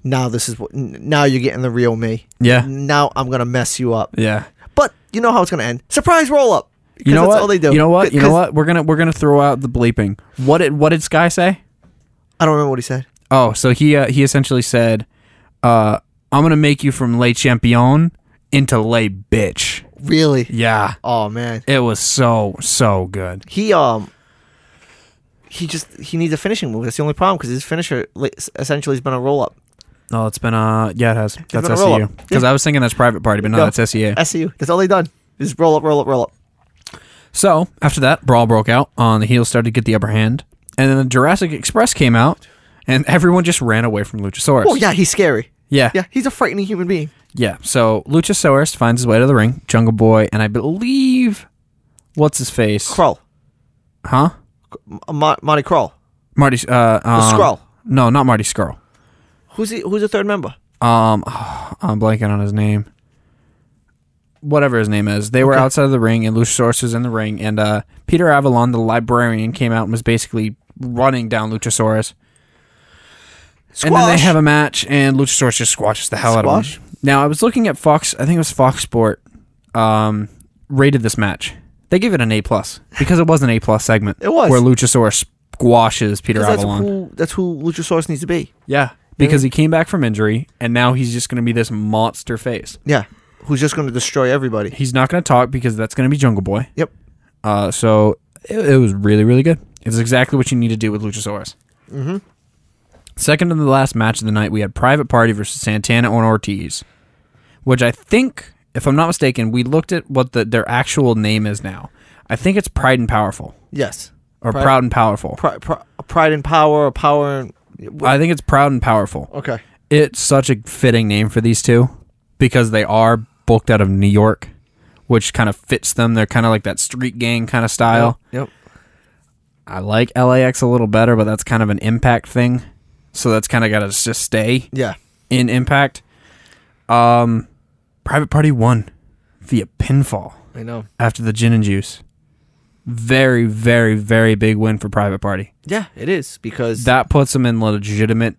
now this is what. n- Now you're getting the real me.
Yeah.
Now I'm gonna mess you up.
yeah.
But you know how it's gonna end. Surprise roll up.
You know
that's
what?
All they do.
You know what? You know
'Cause-
what? We're gonna we're gonna throw out the bleeping. What did what did Sky say?
I don't remember what he said.
Oh, so he uh, he essentially said, uh, "I'm gonna make you from lay champion into lay bitch."
Really?
Yeah,
Oh man.
it was so so good.
He um. He just he needs a finishing move. That's the only problem because his finisher like, s- essentially has been a roll up.
Oh, it's been uh yeah it has that's
been a roll-up.
SEU because I was thinking that's private party, but no,
No.
that's SEA.
SCU. That's all they done. Just roll up, roll up, roll up.
So after that, brawl broke out. On the heels started to get the upper hand, and then the Jurassic Express came out, and everyone just ran away from Luchasaurus.
Oh yeah, he's scary.
yeah,
Yeah, he's a frightening human being.
Yeah, so Luchasaurus finds his way to the ring, Jungle Boy, and I believe what's his face?
Krull,
Huh?
M- uh, Mon- Monty Krull.
Marty uh um,
Skrull.
No, not Marty Skrull.
Who's he, who's the third member?
Um I'm blanking on his name. Whatever his name is. They were outside of the ring and Luchasaurus was in the ring and uh Peter Avalon, the librarian, came out and was basically running down Luchasaurus. And then they
Squash.
have a match, and Luchasaurus just squashes the hell out of
Squash?
him. Now, I was looking at Fox. I think it was Fox Sport um, rated this match. They gave it an A plus because it was an A plus segment.
It was.
where Luchasaurus squashes Peter
'Cause that's
Avalon.
who that's who Luchasaurus needs to be.
Yeah, because he came back from injury and now he's just going to be this monster face.
Yeah, who's just going to destroy everybody.
He's not going to talk because that's going to be Jungle Boy.
Yep.
Uh, so it, it was really, really good. It's exactly what you need to do with Luchasaurus. Mm-hmm. Second and the last match of the night, we had Private Party versus Santana and Ortiz, which I think, if I'm not mistaken, we looked at what the, their actual name is now. I think it's Pride and Powerful
Yes.
or
Pride-
Proud and Powerful.
Pri- pri- pride and power, or power and
I think it's Proud and Powerful.
okay.
it's such a fitting name for these two because they are bulked out of New York, which kind of fits them. They're kind of like that street gang kind of style.
Yep.
I like LAX a little better, but that's kind of an impact thing. So that's kind of got to just stay
Yeah.
in impact. Um, Private Party won via pinfall
I know.
after the gin and juice. Very, very, very big win for Private Party.
Yeah, it is because
That puts them in legitimate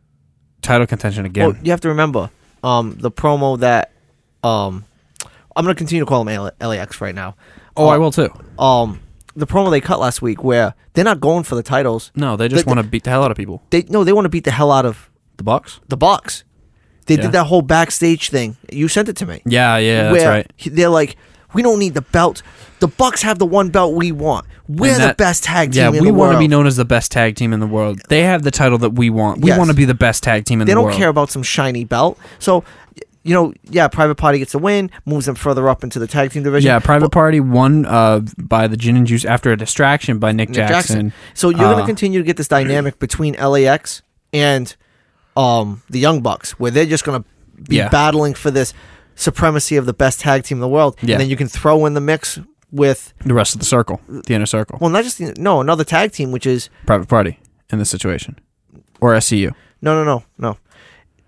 title contention again.
Well, Oh, you have to remember, um, the promo that, um, I'm gonna continue to call him L- LAX right now. Uh,
oh, I will too.
Um, the promo they cut last week where they're not going for the titles.
No, they just
But-
want to beat the hell out of people.
They no, they want to beat the hell out of
The Bucks?
the Bucks. They
Yeah.
did that whole backstage thing. You sent it to me.
Yeah, yeah, that's
where
right.
he- They're like, we don't need the belt. The Bucks have the one belt we want. We're
And
the
that-
best tag team.
Yeah,
in
we
the
want to be
world."
known as the best tag team in the world. They have the title that we want. We
Yes.
want to be the best tag team in
they
the
don't
world.
care about some shiny belt. So, y- you know, yeah, Private Party gets a win, moves them further up into the tag team division.
Yeah, Private Party won uh, by the Gin and Juice after a distraction by Nick,
Nick
Jackson.
So you're going
Uh,
to continue to get this dynamic between LAX and um, the Young Bucks, where they're just going to be
Yeah.
battling for this supremacy of the best tag team in the world.
Yeah.
And then you can throw in the mix with,
The rest of the circle, the inner circle,
well, not just, the, no, another tag team, which is,
Private Party in this situation, or SCU.
no, no, no, no.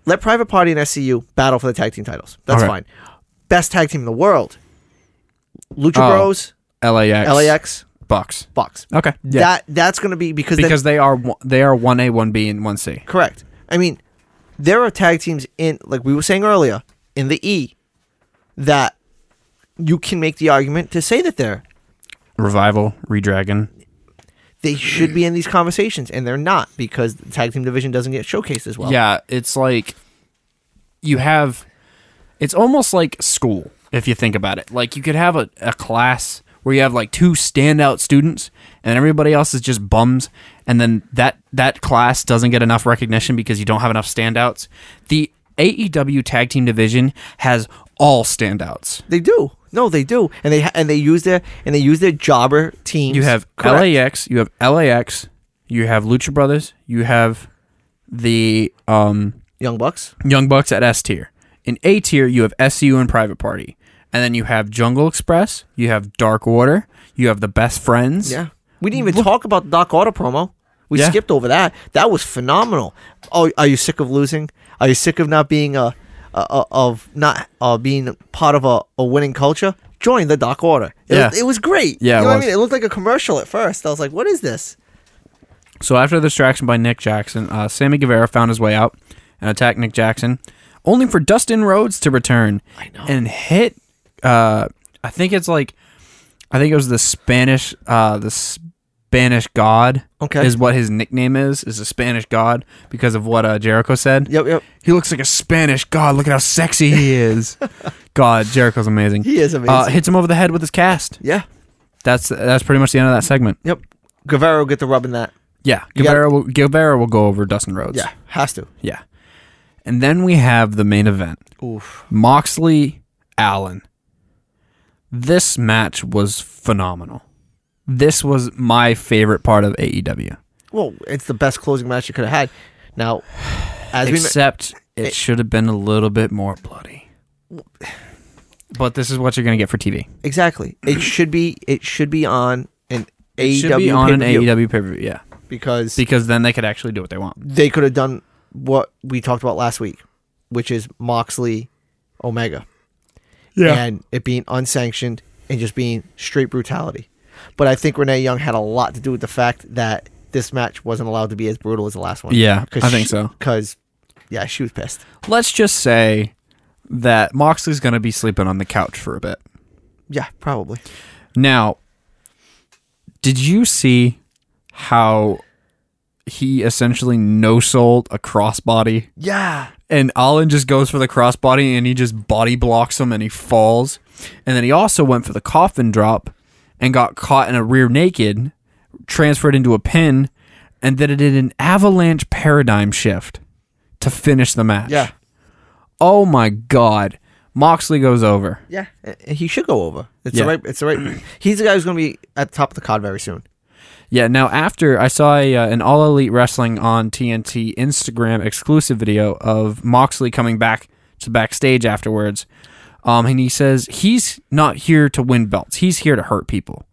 Let Private Party and SCU battle for the tag team titles. That's
All right.
fine. Best tag team in the world. Lucha
Oh.
Bros,
LAX,
LAX,
Bucks.
Bucks.
Okay, yeah,
That that's going to be because then-
because they are one- they are one A, one B, and one C.
Correct. I mean, there are tag teams in, like we were saying earlier, in the E, that you can make the argument to say that they're
Revival, Redragon.
they should be in these conversations, and they're not because the tag team division doesn't get showcased as well.
Yeah, it's like you have it's almost like school if you think about it. Like you could have a, a class where you have like two standout students and everybody else is just bums and then that that class doesn't get enough recognition because you don't have enough standouts. The AEW tag team division has all standouts.
they do. No, they do, and they ha- and they use their and they use their jobber teams.
You have
Correct.
LAX, you have LAX, you have Lucha Brothers, you have the um
Young Bucks.
Young Bucks at S tier. In A tier, you have SCU and Private Party. And then you have Jungle Express, you have Dark Water, you have The Best Friends.
Yeah, we didn't even talk about the Doc Auto promo. We
Yeah.
skipped over that. That was phenomenal. Oh, are you sick of losing? Are you sick of not being a, a, a of not uh, being part of a, a winning culture? Join the Doc Order. It
Yeah.
was, it was great.
Yeah,
you
it
know what I
was.
mean. It looked like a commercial at first. I was like, "What is this?"
So after the distraction by Nick Jackson, uh, Sammy Guevara found his way out and attacked Nick Jackson, only for Dustin Rhodes to return I know. and hit. Uh, I think it's like, I think it was the Spanish, uh, the Spanish God.
Okay.
is what his nickname is. Is the Spanish God because of what uh, Jericho said.
Yep, yep.
He looks like a Spanish god. Look at how sexy he is. god, Jericho's amazing.
He is amazing.
Uh, hits him over the head with his cast.
Yeah.
That's that's pretty much the end of that segment.
Yep. Guevara will get the rub in that.
Yeah,
You got-
Guevara will, Guevara will go over Dustin Rhodes.
Yeah, has to.
yeah. And then we have the main event:
Oof.
Moxley Allen. This match was phenomenal. This was my favorite part of E AEW,
Well, it's the best closing match you could have had. Now, as we
except it should have been a little bit more bloody. But this is what you're going to get for TV.
exactly, it should be it should be on an AEW
should be on an
E pay-per-view
AEW pay per view, yeah,
because
because then they could actually do what they want.
they could have done what we talked about last week, which is Moxley Omega. And it being unsanctioned and just being straight brutality. But I think Renee Young had a lot to do with the fact that this match wasn't allowed to be as brutal as the last one.
Yeah, I think so.
Because, yeah, she was pissed.
let's just say that Moxley's going to be sleeping on the couch for a bit.
Yeah, probably.
Now, did you see how he essentially no sold a crossbody,
Yeah.
and Allen just goes for the crossbody and he just body blocks him and he falls, and then he also went for the coffin drop, and got caught in a rear naked, transferred into a pin, and then it did an avalanche paradigm shift to finish the match.
Yeah.
Oh my God, Moxley goes over.
Yeah. He should go over. It's
Yeah.
the right. It's the right. He's the guy who's going to be at the top of the card very soon.
Yeah. Now, after I saw a, uh, an All Elite Wrestling on TNT Instagram exclusive video of Moxley coming back to backstage afterwards, um, and he says he's not here to win belts. He's here to hurt people.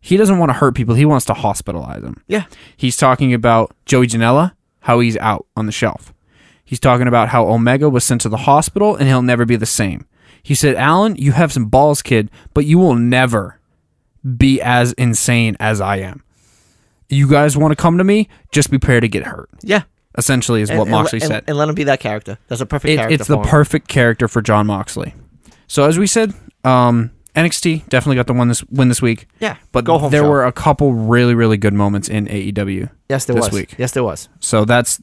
He doesn't want to hurt people. He wants to hospitalize them.
Yeah.
He's talking about Joey Janela, how he's out on the shelf. He's talking about how Omega was sent to the hospital and he'll never be the same. He said, Alan, you have some balls, kid, but you will never be as insane as I am. You guys want to come to me? Just prepare to get hurt.
Yeah.
Essentially, is
And-
what
and le-
Moxley
and,
said.
And let him be that character. That's a perfect
It-
character.
it's the
for him.
perfect character for John Moxley. So, as we said, um, NXT definitely got the one this win this week.
Yeah.
But
Go home
there
show.
were a couple really, really good moments in E AEW.
Yes, there
this
was.
week.
Yes, there was.
So that's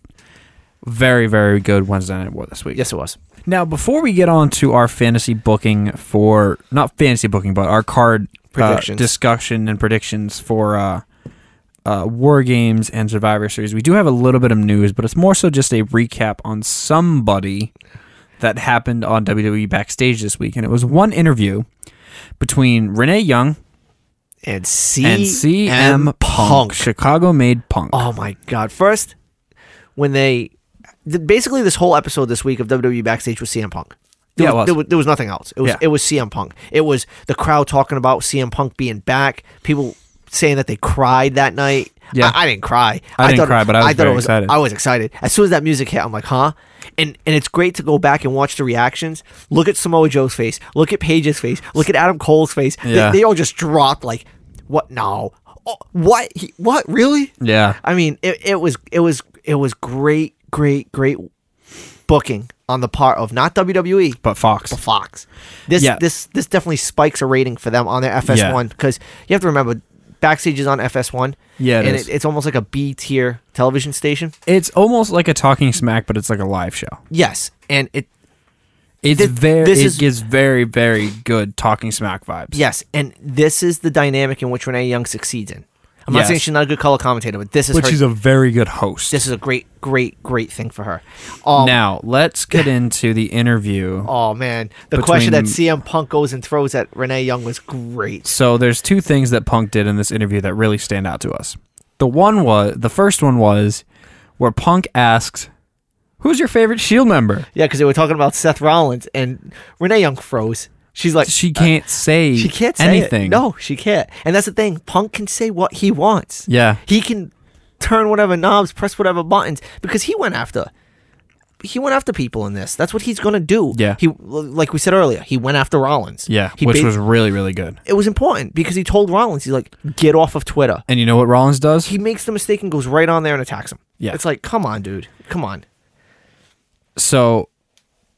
very, very good Wednesday Night War this week.
Yes, it was.
Now, before we get on to our fantasy booking for, not fantasy booking, but our card uh,
Predictions.
discussion and predictions for uh, uh, War Games and Survivor Series, we do have a little bit of news, but it's more so just a recap on somebody that happened on WWE Backstage this week. And it was one interview between Renee Young
And C
and CM Punk, Chicago made Punk.
Oh my god! First, when they th- basically this whole episode this week of WWE backstage was CM Punk. There
Yeah, it
was,
was.
There, was, there was nothing else. It was
Yeah.
it was CM Punk. It was the crowd talking about CM Punk being back. People saying that they cried that night.
Yeah.
I, I didn't cry.
I didn't
thought,
cry, but I was
thought
very
it was,
excited.
I was excited as soon as that music hit. I'm like, huh? And and it's great to go back and watch the reactions. Look at Samoa Joe's face. Look at Paige's face. Look at Adam Cole's face. They-
Yeah.
They, all just dropped like, what? No. Oh, what? He, what? Really?
yeah.
I mean, it, it was it was it was great, great, great booking on the part of not WWE
But Fox.
but Fox. This
Yeah.
this this definitely spikes a rating for them on their FS1 because you have to remember backstage is on FS1.
Yeah, it
and
is.
It, it's almost like a B tier television station.
It's almost like a talking smack, but it's like a live show.
Yes, and it
It's
Thi-
very,
this
it
is-
gives very, very good talking smack vibes.
yes, and this is the dynamic in which Renee Young succeeds in. I'm not
Yes.
saying she's not a good color commentator, but this is
which
her.
is a very good host.
this is a great, great, great thing for her. Um,
now let's get into the interview.
Oh man, the question that
Between-
CM Punk goes and throws at Renee Young was great.
So there's two things that Punk did in this interview that really stand out to us. The one was the first one was where Punk asks, "Who's your favorite Shield E member?"
Yeah, because they were talking about Seth Rollins and Renee Young froze. She's like,
She can't say
Uh, she can't say it.
anything.
No, she can't. And that's the thing. Punk can say what he wants.
Yeah.
he can turn whatever knobs, press whatever buttons because he went after. He went after people in this. That's what he's gonna do.
Yeah.
he like we said earlier, he went after Rollins.
Yeah,
he
which
ba-
was really, really good.
it was important because he told Rollins, he's like, get off of Twitter.
And you know what Rollins does?
He makes the mistake and goes right on there and attacks him.
Yeah.
it's like, come on, dude, come on.
so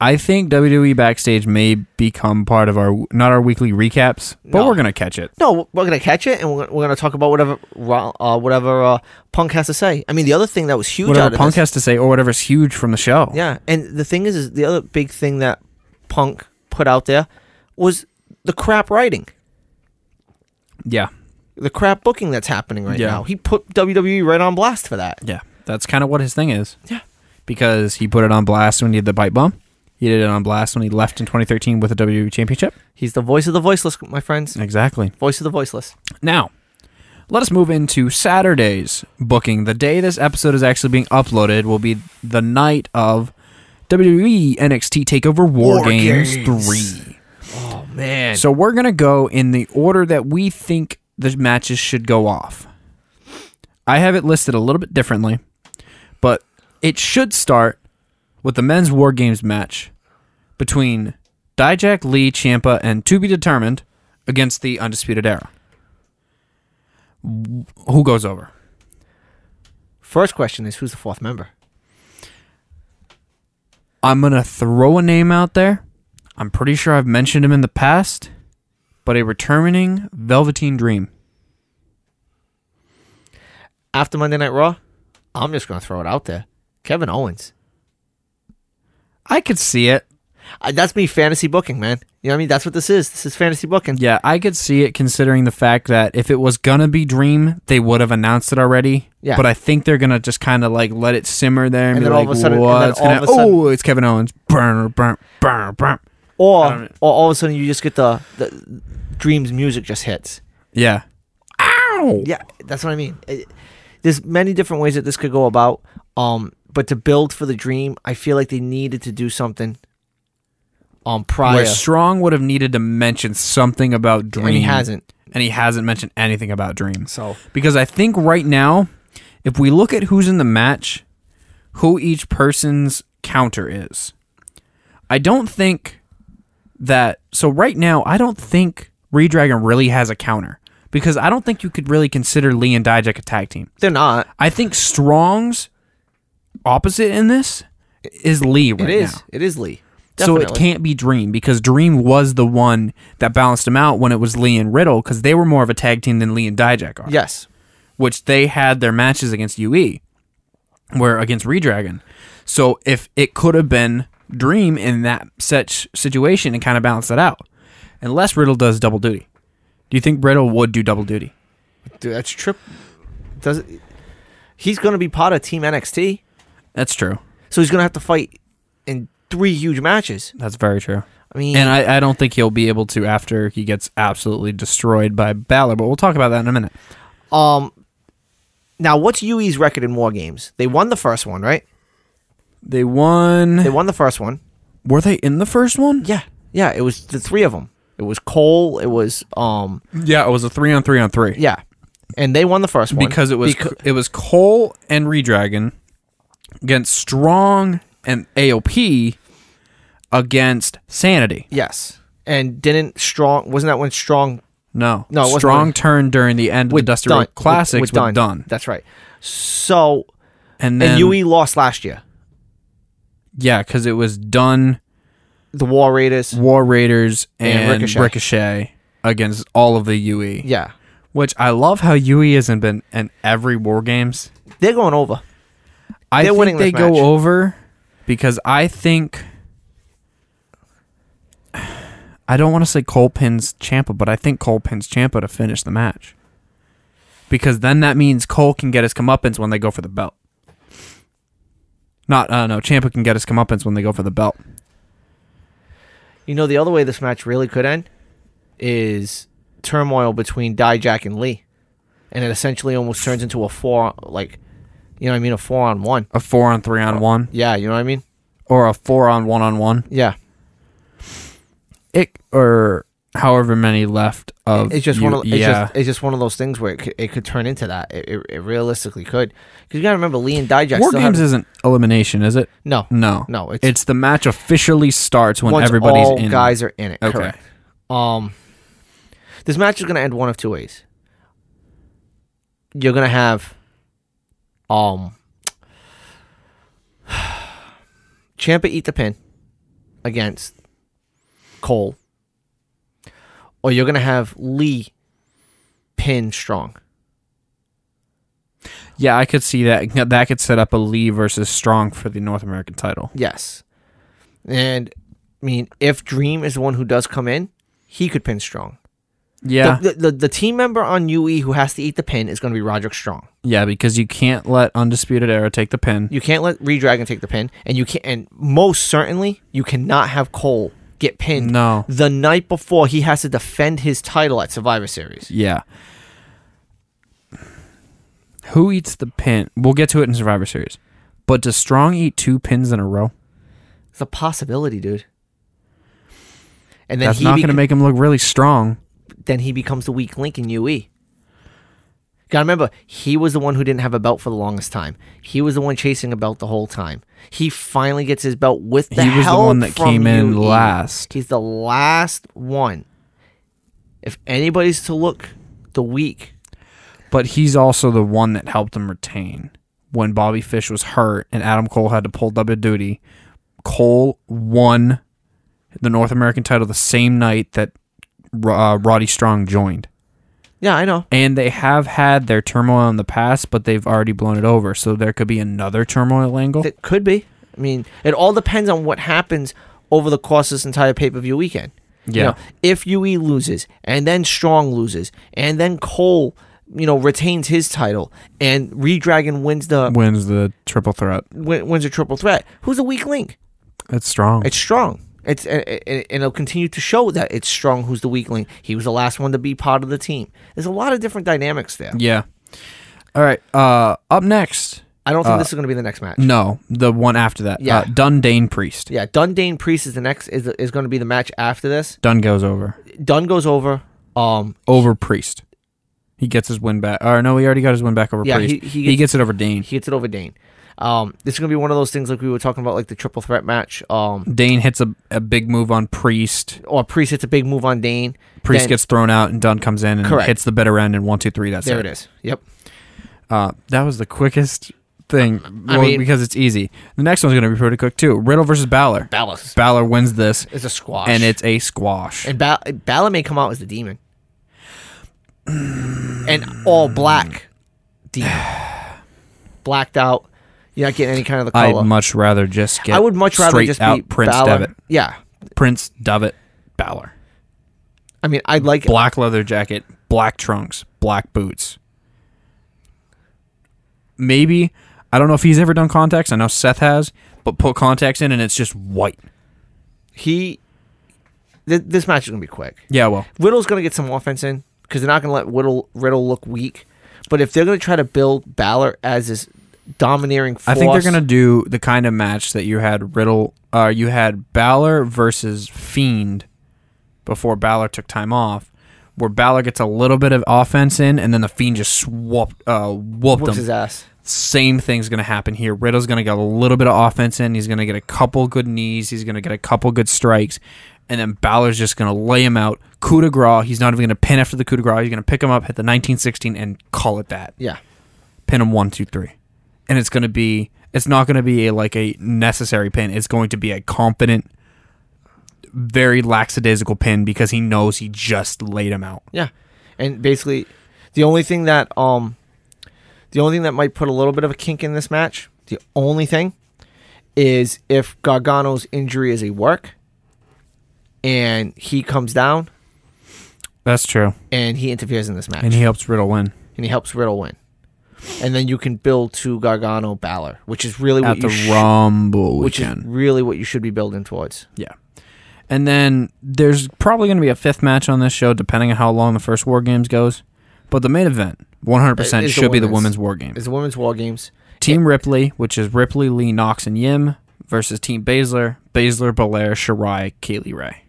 I think WWE backstage may become part of our not our weekly recaps, but
No.
we're gonna catch it.
No, we're gonna catch it, and we're, we're gonna talk about whatever Ro- uh, whatever uh, Punk has to say. I mean, the other thing that was huge out
Whatever
of
Punk
this,
has to say, or whatever's huge from the show.
yeah. And the thing is, is the other big thing that Punk put out there was the crap writing,
yeah,
the crap booking that's happening right
Yeah.
now. He put WWE right on blast for that.
Yeah. That's kind of what his thing is.
Yeah.
because he put it on blast when he did the bite bomb. He did it on blast when he left in 2013 with the WWE Championship.
He's the voice of the voiceless, my friends.
Exactly.
Voice of the voiceless.
Now, let us move into Saturday's booking. The day this episode is actually being uploaded will be the night of E WWE NXT Takeover War,
War
Games,
Games.
3.
Oh man.
So we're going to go in the order that we think the matches should go off. I have it listed a little bit differently, but it should start with the men's War Games match between Dijak, Lee, Champa, and To Be Determined against the Undisputed Era. W- Who goes over?
First question is, who's the fourth member?
I'm going to throw a name out there. I'm pretty sure I've mentioned him in the past, but a returning Velveteen Dream.
After Monday Night Raw, I'm just going to throw it out there. Kevin Owens.
I could see it.
Uh, that's me fantasy booking, man. You know what I mean? That's what this is. This is fantasy booking.
Yeah, I could see it considering the fact that if it was gonna be Dream, they would have announced it already.
Yeah.
But I think they're gonna just kind of like let it simmer there and, be
And then all
like,
of a sudden- and then
"What's
all
gonna-
of a sudden-
oh, it's Kevin Owens. Burn, burn, burn, burn.
Or,
don't-
or all of a sudden you just get the, the Dreams music just hits.
Yeah. Ow.
Yeah, that's what I mean. It- there's many different ways that this could go about. Um, but to build for the dream, I feel like they needed to do something. Um, prior,
Where Strong would have needed to mention something about Dream,
and he hasn't.
and he hasn't mentioned anything about Dream.
So
because I think right now, if we look at who's in the match, who each person's counter is, I don't think that. So right now, I don't think Redragon really has a counter because I don't think you could really consider Lee and Dijak a tag team.
they're not.
I think Strong's opposite in this is Lee right
It is.
now.
It is Lee.
So
Definitely.
it can't be Dream because Dream was the one that balanced him out when it was Lee and Riddle because they were more of a tag team than Lee and Dijak are
Yes.
which they had their matches against UE, where against Redragon. So if it could have been Dream in that such situation and kind of balance it out, unless Riddle does double duty. Do you think Riddle would do double duty?
Dude, that's trip. Does it, he's going to be part of Team NXT?
That's true.
So he's going to have to fight in three huge matches.
That's very true.
I mean,
And I, I don't think he'll be able to after he gets absolutely destroyed by Balor, but we'll talk about that in a minute.
um, now what's UE's record in War Games? They won the first one, right?
They won.
They won the first one.
Were they in the first one?
Yeah, yeah. It was the three of them. It was Cole. It was um,
Yeah, it was a three on three on three.
yeah, and they won the first one
because it was
Becau-
it was Cole and Redragon against Strong and AOP against Sanity.
yes, and didn't strong wasn't that when strong
No,
No, it wasn't
Strong
one-
turned during the end of the Dusty Road
with-
Classics with, Dunn,
That's right. So
and
and,
then
UE lost last year.
yeah, because it was Dunn,
The War Raiders.
War Raiders, and,
And
Ricochet.
Ricochet.
against all of the UE.
Yeah,
Which I love how UE hasn't been in every War Games.
they're going over.
I
They're
think
winning
they
this
go
match.
over because I think I don't want to say Cole pins Champa, but I think Cole pins Champa to finish the match. Because then that means Cole can get his comeuppance when they go for the belt. Not uh, no, Champa can get his comeuppance when they go for the belt.
You know, the other way this match really could end is turmoil between Dijak and Lee, and it essentially almost turns into a four like, you know, what I mean, a four on one.
A four on three on one,
Yeah, you know what I mean.
or a four on one on one.
Yeah.
It or however many left of
It's just
you-
one of it's
yeah.
just it's just one of those things where it could, it could turn into that. It, it, it realistically could because you got to remember Lee and Dijak.
War
still
games
have,
isn't elimination, is it?
no
No,
no it's,
It's, the match officially starts when
once
everybody's
all
in.
guys are in it.
Okay.
Correct. Um, this match is gonna end one of two ways. You're gonna have, um, Champa eat the pin against Cole, or you're gonna have Lee pin strong.
Yeah, I could see that. That could set up a Lee versus Strong for the North American title.
Yes. And I mean, if Dream is the one who does come in, he could pin Strong.
Yeah,
The, the, the, the team member on UE who has to eat the pin is going to be Roderick Strong.
yeah, because you can't let Undisputed Era take the pin.
You can't let Redragon take the pin, and you can't, and most certainly, you cannot have Cole get pinned
No.
the night before he has to defend his title at Survivor Series.
Yeah. Who eats the pin? We'll get to it in Survivor Series. But does Strong eat two pins in a row?
It's a possibility, dude. And then
That's
he
not
beco-
going to make him look really strong.
then he becomes the weak link in UE. Gotta remember, he was the one who didn't have a belt for the longest time. He was the one chasing a belt the whole time. He finally gets his belt with the
He was the
help
one that
from
came in
UE.
last.
He's the last one. If anybody's to look the weak,
But he's also the one that helped him retain. When Bobby Fish was hurt and Adam Cole had to pull double duty, Cole won the North American title the same night that uh, Roddy Strong joined.
Yeah, I know.
And they have had their turmoil in the past, but they've already blown it over. So there could be another turmoil angle.
It could be. I mean, it all depends on what happens over the course of this entire pay per view weekend. You
Yeah.
know, if UE loses, and then Strong loses, and then Cole, you know, retains his title, and Redragon wins the
Wins the triple threat.
win, wins a triple threat, who's a weak link?
It's strong.
It's Strong. It's and, and it'll continue to show that it's Strong who's the weak link. He was the last one to be part of the team. There's a lot of different dynamics there.
yeah. All right. Uh, up next.
I don't think this is going to be the next match.
No, the one after that.
Yeah.
Uh, Dundane Priest.
Yeah, Dundane Priest is the next is is going to be the match after this.
Dunn goes over.
Dunn goes over. Um,
Over Priest. He gets his win back. Or no, he already got his win back over
Yeah,
Priest.
he- he
he gets it over Dane.
he hits it over Dane. Um, this is gonna be one of those things like we were talking about, like the triple threat match. Um,
Dane hits a, a big move on Priest.
or Priest hits a big move on Dane.
Priest
Then-
gets thrown out, and Dunn comes in and
Correct.
hits the bitter end. And one, two, three. That's
There
it.
it is. Yep.
Uh, that was the quickest thing.
I
well,
mean-
because it's easy. The next one's going to be pretty quick too. Riddle versus Balor.
Ballas
Balor wins this,
is a squash,
and it's a squash.
and ba- Balor may come out as the demon, and all black demon, blacked out. You're not getting any kind of the
I'd
color.
much rather just get.
I would much rather
straight
just
out
be
Prince
Balor.
Devitt.
Yeah,
Prince Devitt Balor.
I mean, I'd like
Black leather jacket, black trunks, black boots. Maybe I don't know if he's ever done contacts. I know Seth has, but put contacts in, and it's just white.
he. Th- this match is gonna be quick.
Yeah, well,
Riddle's going to get some offense in because they're not going to let Riddle, Riddle look weak. But if they're going to try to build Balor as this domineering
I
force,
think they're gonna do the kind of match that you had Riddle, uh, you had Balor versus Fiend before Balor took time off, where Balor gets a little bit of offense in, and then the Fiend just swooped, uh, whooped
whoops
him.
his ass.
Same thing's gonna happen here. Riddle's gonna get a little bit of offense in. He's gonna get a couple good knees. He's gonna get a couple good strikes, and then Balor's just gonna lay him out. Coup de grace. He's not even gonna pin after the coup de grace. He's gonna pick him up, hit the 1916, and call it that
Yeah,
pin him one, two, three. And it's gonna be it's not gonna be a, like a necessary pin. It's going to be a competent, very lackadaisical pin because he knows he just laid him out.
yeah. And basically, the only thing that um, the only thing that might put a little bit of a kink in this match, the only thing, is if Gargano's injury is a work, and he comes down
That's true.
and he interferes in this match
And he helps Riddle win.
and he helps Riddle win. And then you can build to Gargano Balor, which is really what
At
you
the
sh-
rumble
which is
weekend.
really what you should be building towards.
yeah. And then there's probably gonna be a fifth match on this show, depending on how long the first war games goes. But the main event, one hundred percent
Is the
should be the women's
women's.
war game.
Is the women's war games.
Team Ripley, which is Ripley, Lee, Knox, and Yim, versus Team Baszler, Baszler, Belair, Shirai, Kaylee Ray.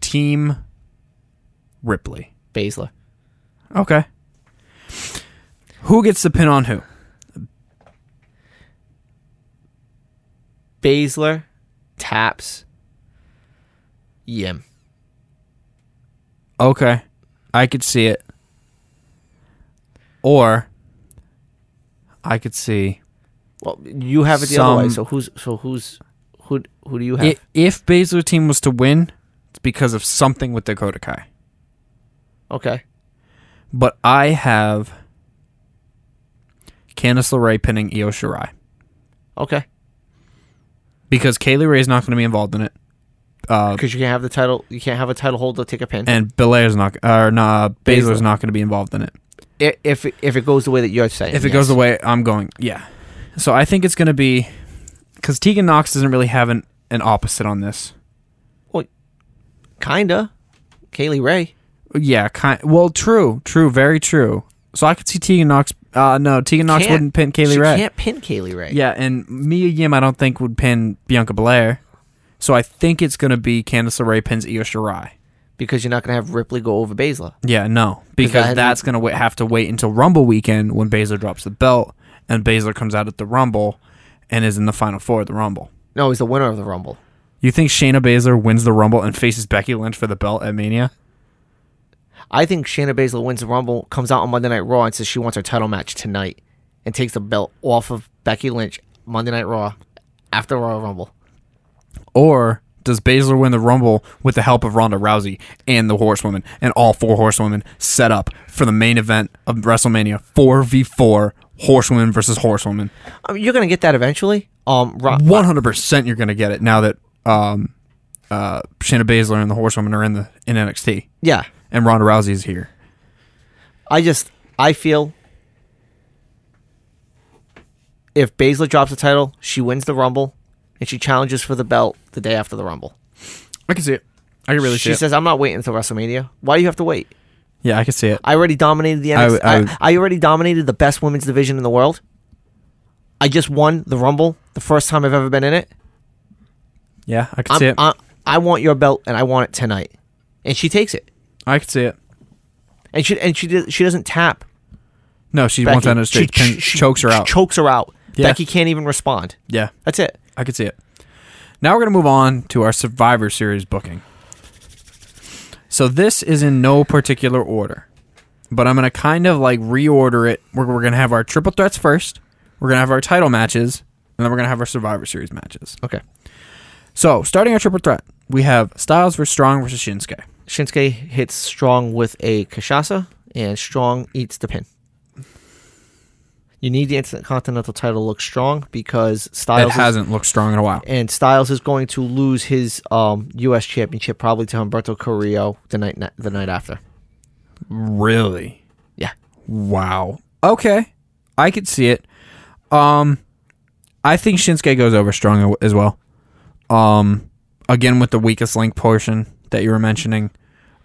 Team Ripley.
Baszler.
Okay. Who gets the pin on who?
Baszler taps Yim.
Okay. I could see it. Or I could see
Well, you have it the other way.
Some-
So who's so who's who who do you have?
i- if Baszler team was to win, it's because of something with Dakota Kai.
okay.
But I have Candice LeRae pinning Io Shirai.
Okay.
because Kaylee Ray's not going to be involved in it, uh,
Because you can't have the title you can't have a title holder take a pin.
and Belair's not, or nah,
Baszler.
Baszler's not going to be involved in it.
I- if it- if it goes the way that you're saying.
If it
yes.
goes the way I'm going, yeah. So I think it's going to be because Tegan Knox doesn't really have an, an opposite on this.
kinda. Kaylee Ray.
Yeah, kind. Well, true, true, very true. So I could see Tegan Knox. Uh, no, Tegan Knox
Can't-
wouldn't pin Kaylee
she
Ray.
can't pin Kaylee Ray.
Yeah, and Mia Yim I don't think would pin Bianca Belair. So I think it's going to be Candice LeRae pins Io Shirai.
Because you're not gonna have Ripley go over Baszler.
Yeah, no, because
that-
that's gonna w- have to wait until Rumble weekend when Baszler drops the belt and Baszler comes out at the Rumble and is in the final four of the Rumble.
No, he's the winner of the Rumble.
You think Shayna Baszler wins the Rumble and faces Becky Lynch for the belt at Mania?
I think Shayna Baszler wins the Rumble, comes out on Monday Night Raw, and says she wants her title match tonight, and takes the belt off of Becky Lynch Monday Night Raw after Royal Rumble.
Or Does Baszler win the Rumble with the help of Ronda Rousey and the Horsewoman and all four Horsewomen set up for the main event of WrestleMania 4v4 Horsewoman versus Horsewoman?
I mean, you're gonna get that eventually. Um, Ro-
One hundred percent, you're gonna get it now that um, uh, Shayna Baszler and the Horsewoman are in the in NXT,
yeah.
and Ronda Rousey is here.
I just I feel if Baszler drops the title, she wins the Rumble, and she challenges for the belt the day after the Rumble.
I can see it. I can really
she
see it.
says, "I'm not waiting until WrestleMania. Why do you have to wait?
Yeah, I can see it.
I already dominated the
I
NXT.
would-
I,
I would-
I already dominated the best women's division in the world. I just won the Rumble, the first time I've ever been in it.
Yeah, I can see
I'm,
it.
I, I want your belt, and I want it tonight." And she takes it,
I can see it.
and she and she do- she doesn't tap.
No, she
Becky.
wants Anna to
She-
ch-
she-
chokes her
she
out.
Chokes her out.
Yeah.
Becky can't even respond.
yeah,
That's it.
I can see it. Now we're gonna move on to our Survivor Series booking. So this is in no particular order, but I'm gonna kind of like reorder it. We're, we're gonna have our triple threats first. We're gonna have our title matches, and then we're gonna have our Survivor Series matches.
Okay.
So, starting our triple threat, we have Styles versus Strong versus Shinsuke.
Shinsuke hits Strong with a Kashasa, and Strong eats the pin. You need the Intercontinental title to look strong because
It
Styles is,
hasn't looked strong in a while.
and Styles is going to lose his um, U.S. championship probably to Humberto Carrillo the night na- the night after.
Really?
Yeah,
Wow. Okay. I could see it. Um I think Shinsuke goes over Strong as well. Um again with the weakest link portion that you were mentioning.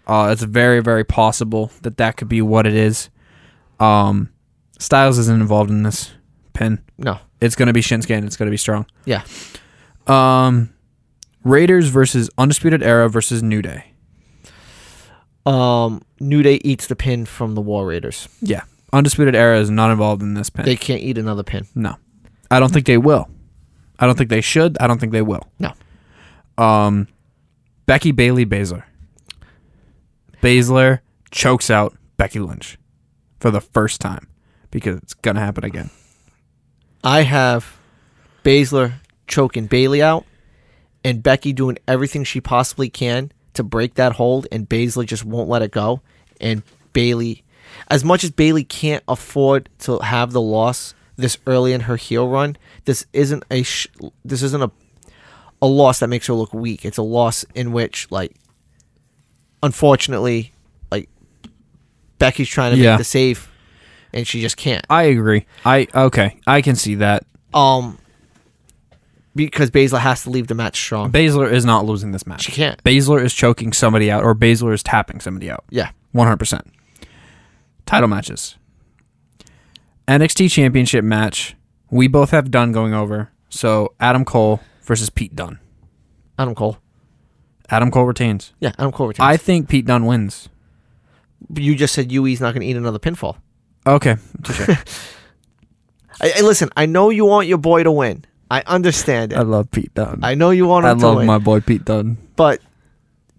Uh it's very very possible that that could be what it is. Um Styles isn't involved in this pin.
no,
It's going to be Shinsuke and it's going to be Strong.
yeah,
Um, Raiders versus Undisputed Era versus New Day.
um, New Day eats the pin from the War Raiders.
Yeah, Undisputed Era is not involved in this pin.
They can't eat another pin.
no, I don't think they will. I don't think they should. I don't think they will.
No,
Um, Becky Bailey Baszler. Baszler chokes out Becky Lynch for the first time because it's gonna happen again.
I have Baszler choking Bailey out and Becky doing everything she possibly can to break that hold, and Baszler just won't let it go. And Bailey, as much as Bailey can't afford to have the loss this early in her heel run, this isn't a sh- this isn't a a loss that makes her look weak. It's a loss in which, like, unfortunately, like Becky's trying to
Yeah.
make the save, and she just can't.
I agree. I okay. I can see that.
Um, because Baszler has to leave the match strong.
Baszler is not losing this match.
She can't.
Baszler is choking somebody out, or Baszler is tapping somebody out.
yeah.
One hundred percent. Title matches. NXT Championship match. We both have Dunn going over. So Adam Cole versus Pete Dunn.
Adam Cole.
Adam Cole retains.
Yeah, Adam Cole retains.
I think Pete Dunn wins.
you just said Yui's not going to eat another pinfall.
Okay.
I, I- listen, I know you want your boy to win. I understand it.
love Pete Dunn.
Uh, I know you want him to win.
boy Pete Dunn.
but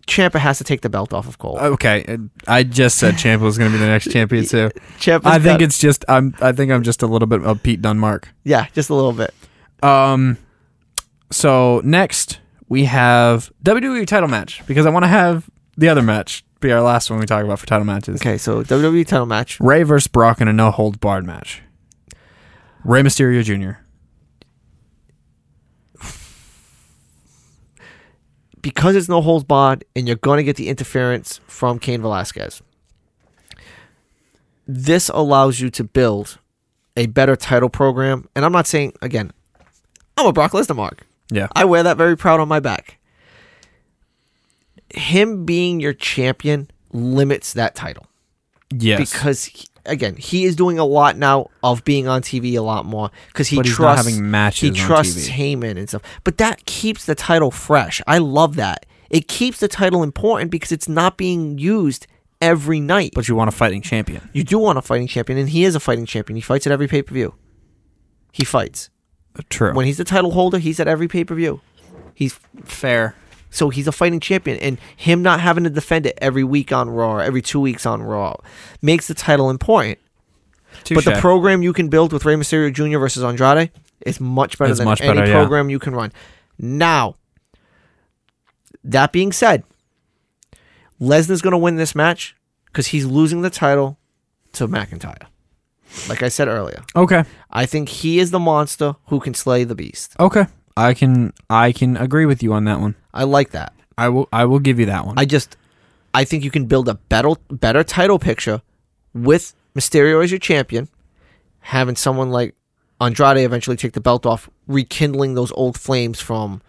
Champa has to take the belt off of Cole.
Okay, and I just said Champ was going to be the next champion too.
Champa's
I think
got-
it's just I'm. I think I'm just a little bit of Pete Dunn mark.
yeah, just a little bit.
Um, so next we have WWE title match because I want to have the other match be our last one we talk about for title matches.
Okay, so WWE title match.
Ray versus Brock in a no holds barred match. Ray Mysterio Jr.
Because it's no holds barred, and you're going to get the interference from Kane Velasquez. This allows you to build a better title program. And I'm not saying again, I'm a Brock Lesnar mark.
Yeah,
I wear that very proud on my back. Him being your champion limits that title
yes,
because, he- again, he is doing a lot now of being on TV a lot more because he
But he's not
trusts
having matches
He
on
trusts
TV.
Heyman and stuff, but that keeps the title fresh. I love that. It keeps the title important because it's not being used every night. But
but you want a fighting champion.
you do want a fighting champion, and he is a fighting champion. He fights at every pay per view. He fights
Uh, True.
when he's the title holder. He's at every pay per view. He's
fair.
so he's a fighting champion, and him not having to defend it every week on Raw, or every two weeks on Raw, makes the title important.
Touche.
But the program you can build with Rey Mysterio Jr. versus Andrade is much better
It's
than
much
any
better, yeah.
program you can run. Now, That being said, Lesnar's going to win this match because he's losing the title to McIntyre. Like I said earlier,
Okay.
I think he is the monster who can slay the beast.
Okay. I can I can agree with you on that one.
I like that.
I will I will give you that one.
I just, I think you can build a better, better title picture with Mysterio as your champion, having someone like Andrade eventually take the belt off, rekindling those old flames from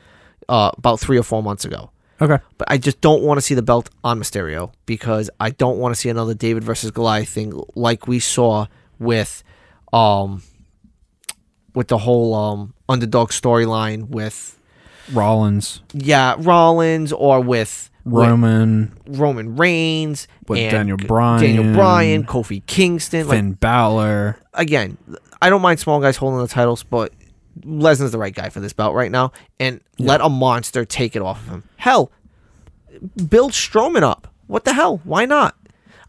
uh, about three or four months ago.
okay.
But I just don't want to see the belt on Mysterio because I don't want to see another David versus Goliath thing like we saw with, um, with the whole um underdog storyline with
Rollins,
yeah Rollins or with
Roman,
Roman Reigns,
With
and
Daniel
K-
Bryan.
Daniel Bryan, Kofi Kingston. Like
Finn Balor.
again, I don't mind small guys holding the titles, but Lesnar's the right guy for this belt right now, and let a monster take it off of him. Hell, build Strowman up. What the hell? Why not?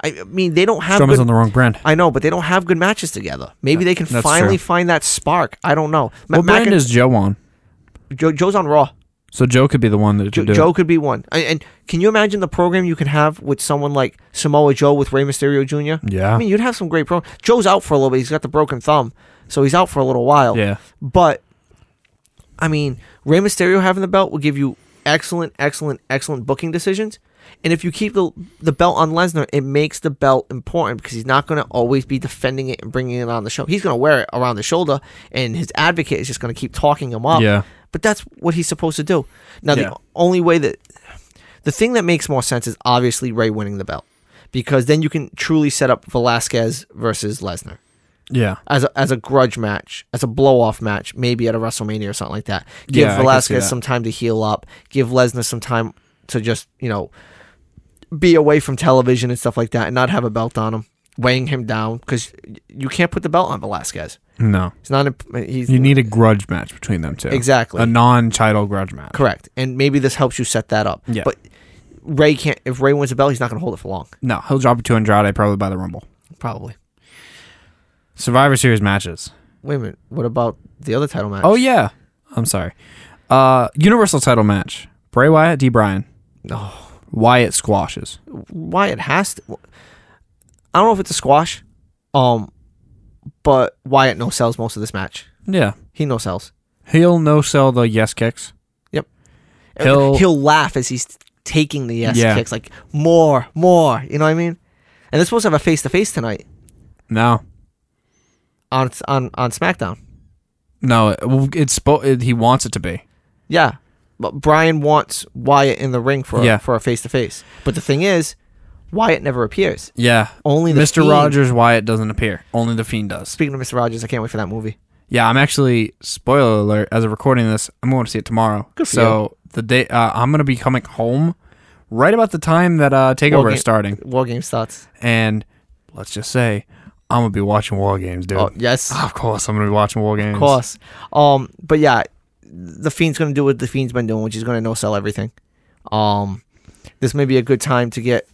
I I mean, they don't have.
Strowman's
good-
on the wrong brand.
Uh, I know, but they don't have good matches together. Maybe they can
that's
finally
true.
find that spark. I don't know. Ma-
What brand
Mac-
is Joe on?
Joe, Joe's on Raw.
So Joe could be the one that
Jo-
could do it.
Joe could be one. And, and can you imagine the program you can have with someone like Samoa Joe with Rey Mysterio Jr.?
Yeah.
I mean, you'd have some great pro. Joe's out for a little bit. He's got the broken thumb, so he's out for a little while.
Yeah.
But I mean, Rey Mysterio having the belt will give you excellent, excellent, excellent booking decisions. And if you keep the the belt on Lesnar, it makes the belt important because he's not going to always be defending it and bringing it on the show. He's going to wear it around the shoulder, and his advocate is just going to keep talking him up.
Yeah.
But that's what he's supposed to do. Now,
Yeah.
the only way that the thing that makes more sense is obviously Ray winning the belt because then you can truly set up Velasquez versus Lesnar
Yeah.
as a, as a grudge match, as a blow off match, maybe at a WrestleMania or something like that. Give
Yeah, I can see
Velasquez
that.
some time to heal up. Give Lesnar some time to just you know be away from television and stuff like that, and not have a belt on him, weighing him down because you can't put the belt on Velasquez.
No.
He's not. A, he's
You need a grudge match between them two.
Exactly.
A non-title grudge match.
correct, and maybe this helps you set that up.
Yeah.
but. Ray can't. If Ray wins the belt, he's not going to hold it for long.
No, he'll drop it to Andrade probably by the Rumble.
Probably.
Survivor Series matches.
Wait a minute. What about the other title match?
Oh yeah. I'm sorry. Uh Universal title match. Bray Wyatt, D Bryan.
no.
Wyatt squashes.
Wyatt has to. I don't know if it's a squash, um, but Wyatt no sells most of this match.
Yeah.
He no sells.
He'll no sell the yes kicks. He'll-
he'll laugh as he's taking the yes
Yeah.
kicks, like more, more. You know what I mean? And they're supposed to have a face to face tonight
No.
on on on SmackDown.
No, it- well, it's spo- it, he wants it to be.
Yeah, but Brian wants Wyatt in the ring for
Yeah.
for a face to face. But the thing is, Wyatt never appears.
Yeah.
Only the
Mr.
Fiend-
Rogers Wyatt doesn't appear. Only the Fiend does.
Speaking of Mr. Rogers, I can't wait for that movie.
Yeah, I'm actually spoiler alert. As of recording this, I'm going to see it tomorrow.
Good for
so the day uh, I'm going to be coming home, right about the time that uh, Takeover
War
is
Ga-
starting,
War Games starts.
and let's just say I'm going to be watching War Games, dude.
Oh yes.
Of course, I'm going to be watching War Games.
Of course. Um, but yeah, the Fiend's gonna do what the Fiend's been doing, which is gonna no sell everything. Um, this may be a good time to get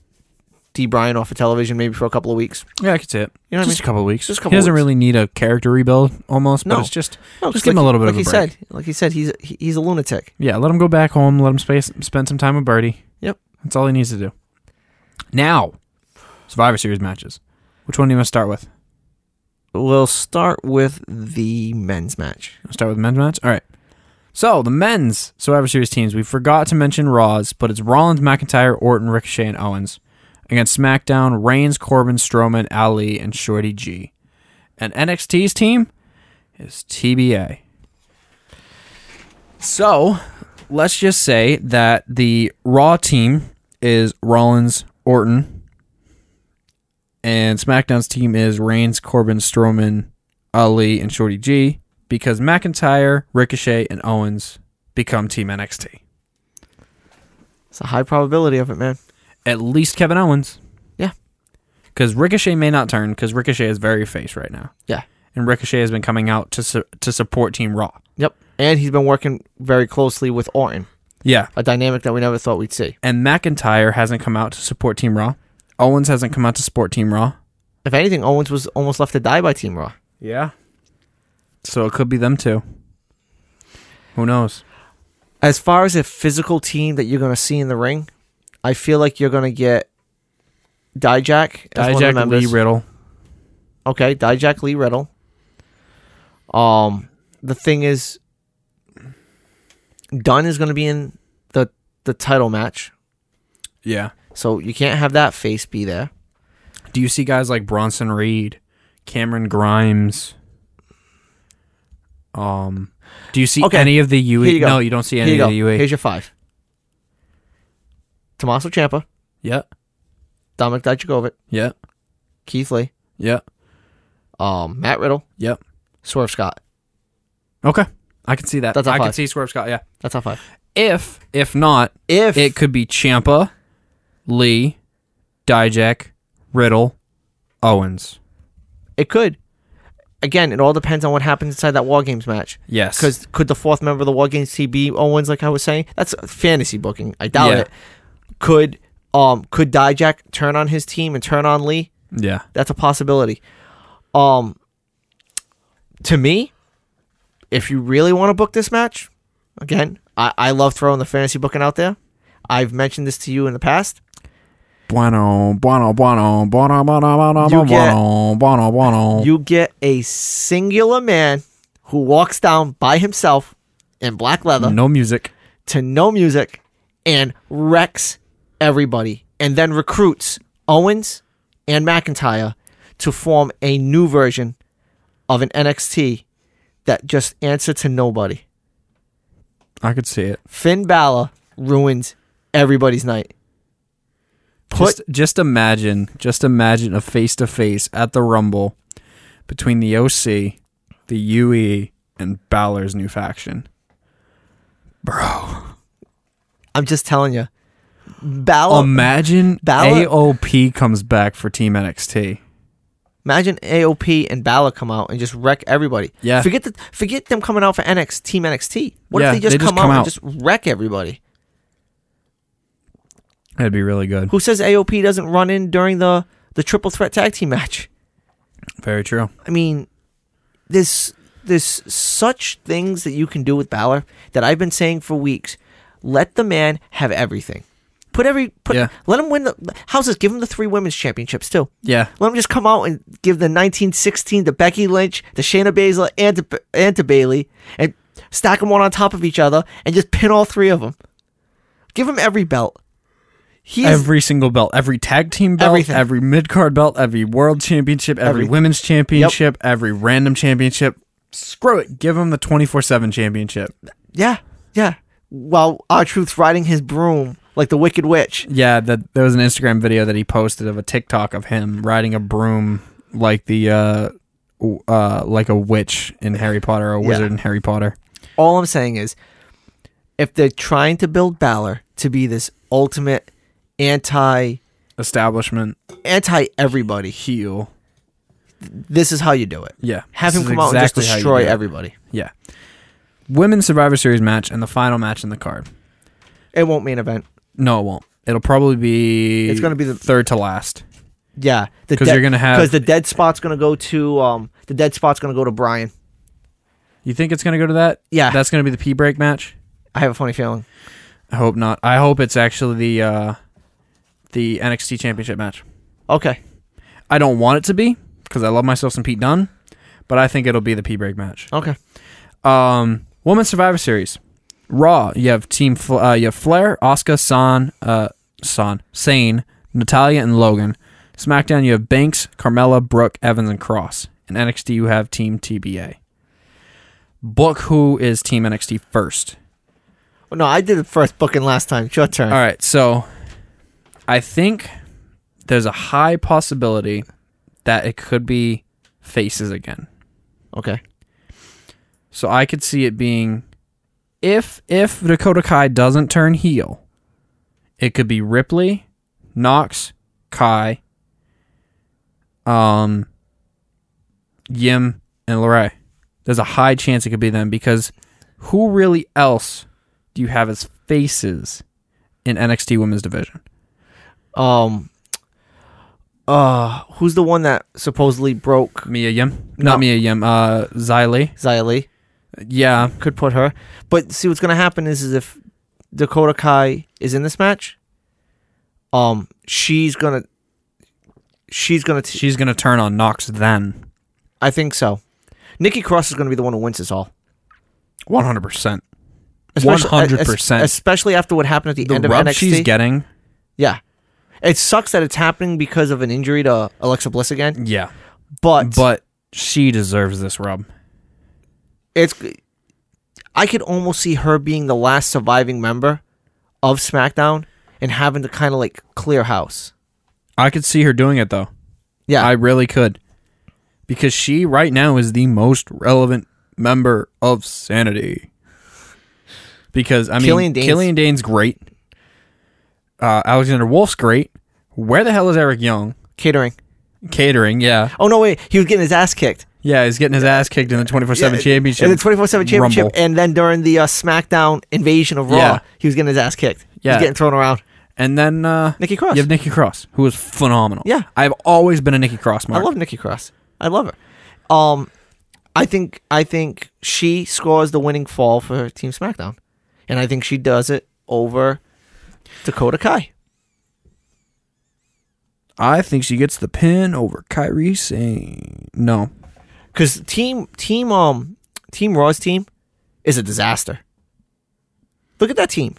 D. Bryan off of television, maybe for a couple of weeks.
Yeah, I could see it.
You know what I
just a
mean?
couple of weeks.
Just a
he
couple
doesn't
weeks.
really need a character rebuild, almost.
No.
But it's just
No,
Just
'cause
give him a little bit
like
of a
he
break.
said, like he said, he's he- he's a lunatic.
yeah. Let him go back home. Let him space, spend some time with Birdie.
Yep.
That's all he needs to do. Now, Survivor Series matches. Which one do you want to start with?
We'll start with the men's match.
I'll start with men's match. All right. So the men's Survivor Series teams, we forgot to mention Raw's, but it's Rollins, McIntyre, Orton, Ricochet, and Owens against SmackDown, Reigns, Corbin, Strowman, Ali, and Shorty G. And NXT's team is TBA. So let's just say that the Raw team is Rollins, Orton, and SmackDown's team is Reigns, Corbin, Strowman, Ali, and Shorty G because McIntyre, Ricochet, and Owens become Team NXT.
It's a high probability of it, man.
At least Kevin Owens.
Yeah.
Because Ricochet may not turn because Ricochet is very face right now.
Yeah.
And Ricochet has been coming out to su- to support Team Raw.
Yep. And he's been working very closely with Orton,
Yeah.
a dynamic that we never thought we'd see.
And McIntyre hasn't come out to support Team Raw. Owens hasn't come out to support Team Raw.
If anything, Owens was almost left to die by Team Raw.
Yeah. So it could be them two. Who knows?
as far as a physical team that you're going to see in the ring, I feel like you're going to get Dijak. as one of the
Dijak Lee
members.
Riddle.
Okay, Dijak Lee Riddle. Um, the thing is, Dunn is going to be in the the title match,
Yeah.
so you can't have that face be there.
Do you see guys like Bronson Reed, Cameron Grimes? Um, do you see
Okay,
any of the UE?
here you go.
No, you don't see
Here
any
you
of
go.
the UE.
Here's your five: Tommaso Ciampa,
yeah,
Dominic Dijakovic,
yeah,
Keith Lee,
yeah,
um, Matt Riddle,
yeah.
Swerve Scott.
Okay, I can see that.
That's a
I can
five.
see Swerve Scott. Yeah.
That's our five.
If if not,
If
it could be Champa, Lee, Dijak, Riddle, Owens.
It could. Again, it all depends on what happens inside that War Games match.
Yes.
Because could the fourth member of the War Games team be Owens, like I was saying? That's fantasy booking. I doubt
Yeah.
it. Could um could Dijak turn on his team and turn on Lee?
yeah,
That's a possibility. Um, to me, if you really want to book this match, again, I, I love throwing the fantasy booking out there. I've mentioned this to you in the past.
Bueno, bueno, bueno, bueno, bueno, bueno, bueno,
You get-
bueno, bueno, bueno.
you get a singular man who walks down by himself in black leather
no music.
to no music and wrecks everybody and then recruits Owens and McIntyre to form a new version of an NXT that just answer to nobody.
I could see it.
Finn Balor ruins everybody's night. Put-
just, just imagine, just imagine a face to face at the Rumble between the OC, the UE, and Balor's new faction.
I'm just telling you. Balor
Um, Imagine
Oh, Balor-
AOP comes back for Team NXT.
Imagine AOP and Balor come out and just wreck everybody.
Yeah.
Forget the forget them coming out for NXT Team NXT. What
Yeah,
if they just
they just
come,
come out.
out, and just wreck everybody?
That'd be really good.
Who says AOP doesn't run in during the the triple threat tag team match?
Very true.
I mean, there's there's such things that you can do with Balor that I've been saying for weeks. Let the man have everything. Put every put
Yeah.
let him win the houses. Give him the three women's championships too.
Yeah.
Let him just come out and give the 1916 to Becky Lynch, to Shayna Baszler, and to, and to Bailey, and stack them one on top of each other and just pin all three of them. Give him every belt. He is,
Every single belt, every tag team belt,
Everything.
every mid card belt, every world championship, every,
Every-
women's championship, every random championship. Screw it. Give him the 24 7 championship.
yeah, yeah. While our truth riding his broom like the Wicked Witch.
Yeah, that there was an Instagram video that he posted of a TikTok of him riding a broom like the uh w- uh like a witch in Harry Potter or a wizard in Harry Potter.
All I'm saying is, if they're trying to build Balor to be this ultimate anti
Establishment
anti everybody,
heel.
this is how you do it.
Yeah.
Have
this
him
is
come out and just
exactly how you
destroy
do it.
everybody.
Yeah. Women's Survivor Series match and the final match in the card.
It won't mean event.
No, it won't. It'll probably be
It's gonna be the-
third to last.
Yeah,
'Cause you're gonna have-
because the dead spot's gonna go to um the dead spot's gonna go to Brian.
You think it's gonna go to that?
Yeah.
That's gonna be the P break match?
I have a funny feeling.
I hope not. I hope it's actually the uh the NXT championship match.
Okay,
I don't want it to be because I love myself some Pete Dunne, but I think it'll be the P break match.
okay.
Um, Women's Survivor Series, Raw. You have Team. Fl- uh, you have Flair, Oscar, San, uh, San, Sane, Natalia, and Logan. SmackDown. You have Banks, Carmella, Brooke, Evans, and Cross. And NXT. You have Team TBA. Book who is Team NXT first.
Well, no, I did the first booking last time. It's Your turn.
All right, so I think there's a high possibility that it could be faces again.
Okay.
So I could see it being if if Dakota Kai doesn't turn heel, it could be Ripley, Knox, Kai, um Yim and Lorray. There's a high chance it could be them because who really else do you have as faces in NXT women's division?
Um. Uh, who's the one that supposedly broke
Mia Yim?
No.
Not Mia Yim, uh Xylee.
Xia Li?
Yeah,
could put her. But see, what's going to happen is, is if Dakota Kai is in this match, um, she's gonna, she's gonna, t-
she's gonna turn on Knox then.
I think so. Nikki Cross is going to be the one who wins this all.
One hundred percent. One
Especially- uh,
hundred
es-
percent.
Especially after what happened at the,
The
end of
rub
NXT.
she's getting.
yeah, it sucks that it's happening because of an injury to Alexa Bliss again.
Yeah,
But
but she deserves this rub.
it's, I could almost see her being the last surviving member of SmackDown and having to kind of like clear house.
I could see her doing it though.
Yeah,
I really could. Because she right now is the most relevant member of Sanity. Because I mean,
Killian Dane's-
Killian Dane's great. Uh, Alexander Wolf's great. Where the hell is Eric Young?
catering.
Catering, yeah,
Oh no, wait, he was getting his ass kicked.
yeah, he's getting his ass kicked in the twenty four seven championship.
in the twenty four seven championship,
Rumble.
and then during the uh, SmackDown invasion of Raw,
Yeah.
he was getting his ass kicked. he
Yeah.
was getting thrown around.
and then uh,
Nikki Cross.
You have Nikki Cross, who is phenomenal.
Yeah.
I've always been a Nikki Cross. Mark.
I love Nikki Cross. I love her. Um, I think I think she scores the winning fall for Team SmackDown, and I think she does it over Dakota Kai.
I think she gets the pin over Kyrie Sane. No,
Because team team um team Raw's team is a disaster. Look at that team.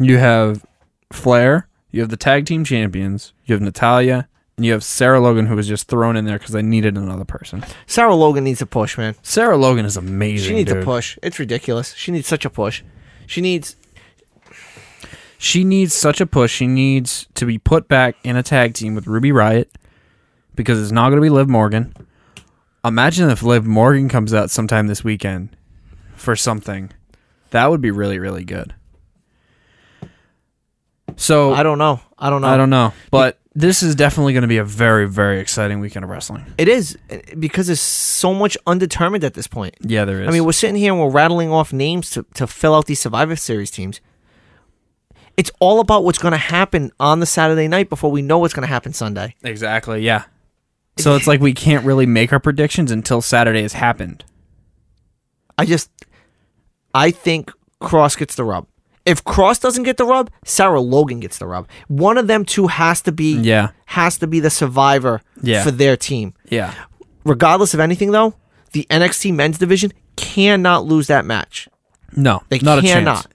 You have Flair, you have the tag team champions, you have Natalia, and you have Sarah Logan, who was just thrown in there because they needed another person.
Sarah Logan needs a push, man.
Sarah Logan is amazing.
She needs
dude.
a push. It's ridiculous. She needs such a push. She needs
She needs such a push. She needs to be put back in a tag team with Ruby Riot because it's not going to be Liv Morgan. Imagine if Liv Morgan comes out sometime this weekend for something. That would be really, really good. So
I don't know. I don't know.
Oh. I don't know, but this is definitely going to be a very, very exciting weekend of wrestling.
It is eh, because there's so much undetermined at this point.
Yeah, there is.
I mean, we're sitting here and we're rattling off names to, to fill out these Survivor Series teams. It's all about what's going to happen on the Saturday night before we know what's going to happen Sunday.
exactly, yeah. So it's like we can't really make our predictions until Saturday has happened.
I just, I think Cross gets the rub. If Cross doesn't get the rub, Sarah Logan gets the rub. One of them two has to be,
Yeah.
has to be the survivor
Yeah.
for their team.
Yeah.
Regardless of anything, though, the NXT Men's Division cannot lose that match.
No,
They
not
cannot.
a chance.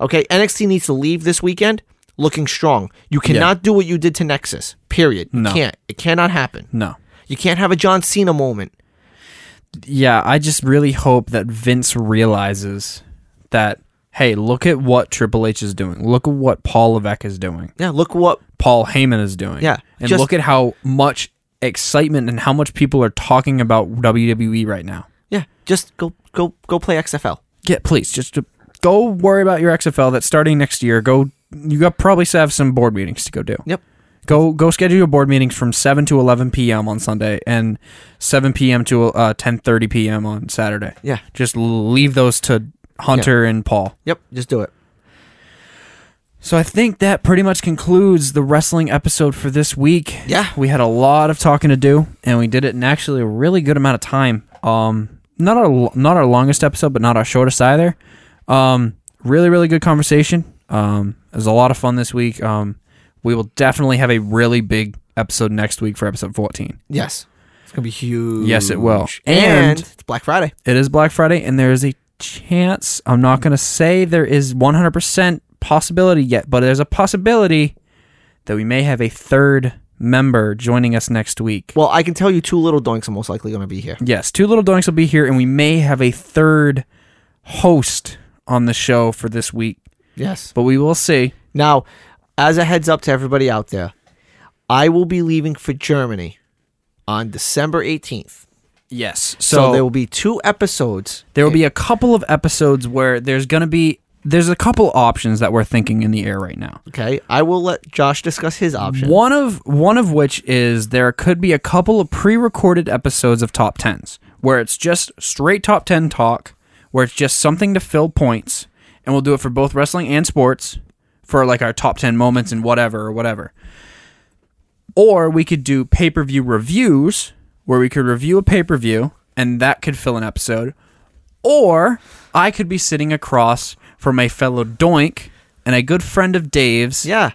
Okay, NXT needs to leave this weekend looking strong. You cannot do what you did to Nexus. Period. You
No.
can't. It cannot happen.
No.
You can't have a John Cena moment.
Yeah, I just really hope that Vince realizes that hey, look at what Triple H is doing. Look at what Paul Levesque is doing.
Yeah, look what
Paul Heyman is doing.
Yeah,
And
just-
look at how much excitement and how much people are talking about WWE right now.
yeah, just go go go play XFL.
Yeah, please just uh, go worry about your XFL that's starting next year. Go, you got probably s- have some board meetings to go do.
Yep.
Go go schedule your board meetings from seven to eleven p.m. on Sunday and seven p.m. to uh, ten thirty p.m. on Saturday.
Yeah.
Just leave those to Hunter and Paul.
Yep, just do it.
So I think that pretty much concludes the wrestling episode for this week.
Yeah.
We had a lot of talking to do and we did it in actually a really good amount of time. Um not our lo- not our longest episode, but not our shortest either. Um really really good conversation. Um it was a lot of fun this week. Um we will definitely have a really big episode next week for episode 14.
Yes. It's going to be huge.
Yes, it will.
And,
And-
it's Black Friday.
It is Black Friday and there is a chance, I'm not going to say there is 100% possibility yet, but there's a possibility that we may have a third member joining us next week.
Well, I can tell you two little doinks are most likely going to be here.
Yes, two little doinks will be here and we may have a third host on the show for this week,
Yes.
but we will see.
Now, as a heads up to everybody out there, I will be leaving for Germany on December 18th.
Yes. So,
So, there will be two episodes.
there will be a couple of episodes where there's going to be there's a couple options that we're thinking in the air right now.
Okay, I will let Josh discuss his option.
One of one of which is there could be a couple of pre-recorded episodes of top tens where it's just straight top ten talk, where it's just something to fill points, and we'll do it for both wrestling and sports for like our top ten moments and whatever or whatever. Or we could do pay-per-view reviews where we could review a pay-per-view and that could fill an episode. Or I could be sitting across from a fellow doink and a good friend of Dave's,
Yeah.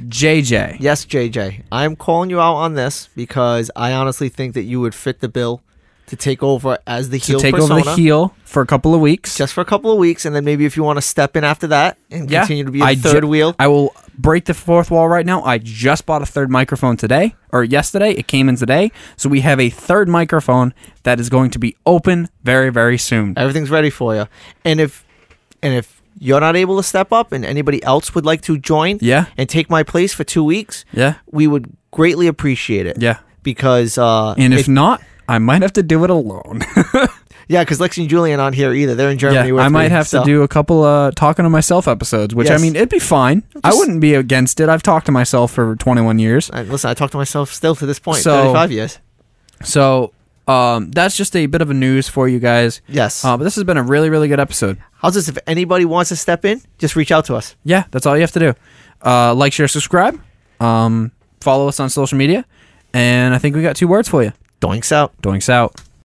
JJ.
Yes, JJ. I'm calling you out on this because I honestly think that you would fit the bill to take over as the
To
heel
take
persona
over the heel for a couple of weeks.
just for a couple of weeks, and then maybe if you want to step in after that and
Yeah,
continue to be a
I
third
ju-
wheel.
I will break the fourth wall right now. I just bought a third microphone today or yesterday. It came in today. So we have a third microphone that is going to be open very, very soon.
Everything's ready for you. And if and if you're not able to step up, and anybody else would like to join
Yeah.
and take my place for two weeks,
Yeah.
we would greatly appreciate it.
Yeah.
Because uh,
And if
it-
not, I might have to do it alone.
yeah, because Lexi and Julian aren't here either. They're in Germany.
yeah,
with
I might
me,
have
so-
to do a couple uh, talking to myself episodes, which I
Yes.
mean, it'd be fine. I
Just-
wouldn't be against it. I've talked to myself for 21 years.
I, listen, I talk to myself still to this point.
So-
Thirty-five years.
So um, that's just a bit of a news for you guys.
Yes.
Uh, but this has been a really, really good episode.
How's this? If anybody wants to step in, just reach out to us.
Yeah, that's all you have to do. Uh, like, share, subscribe. Um, follow us on social media. And I think we got two words for you.
Doinks out.
Doinks out.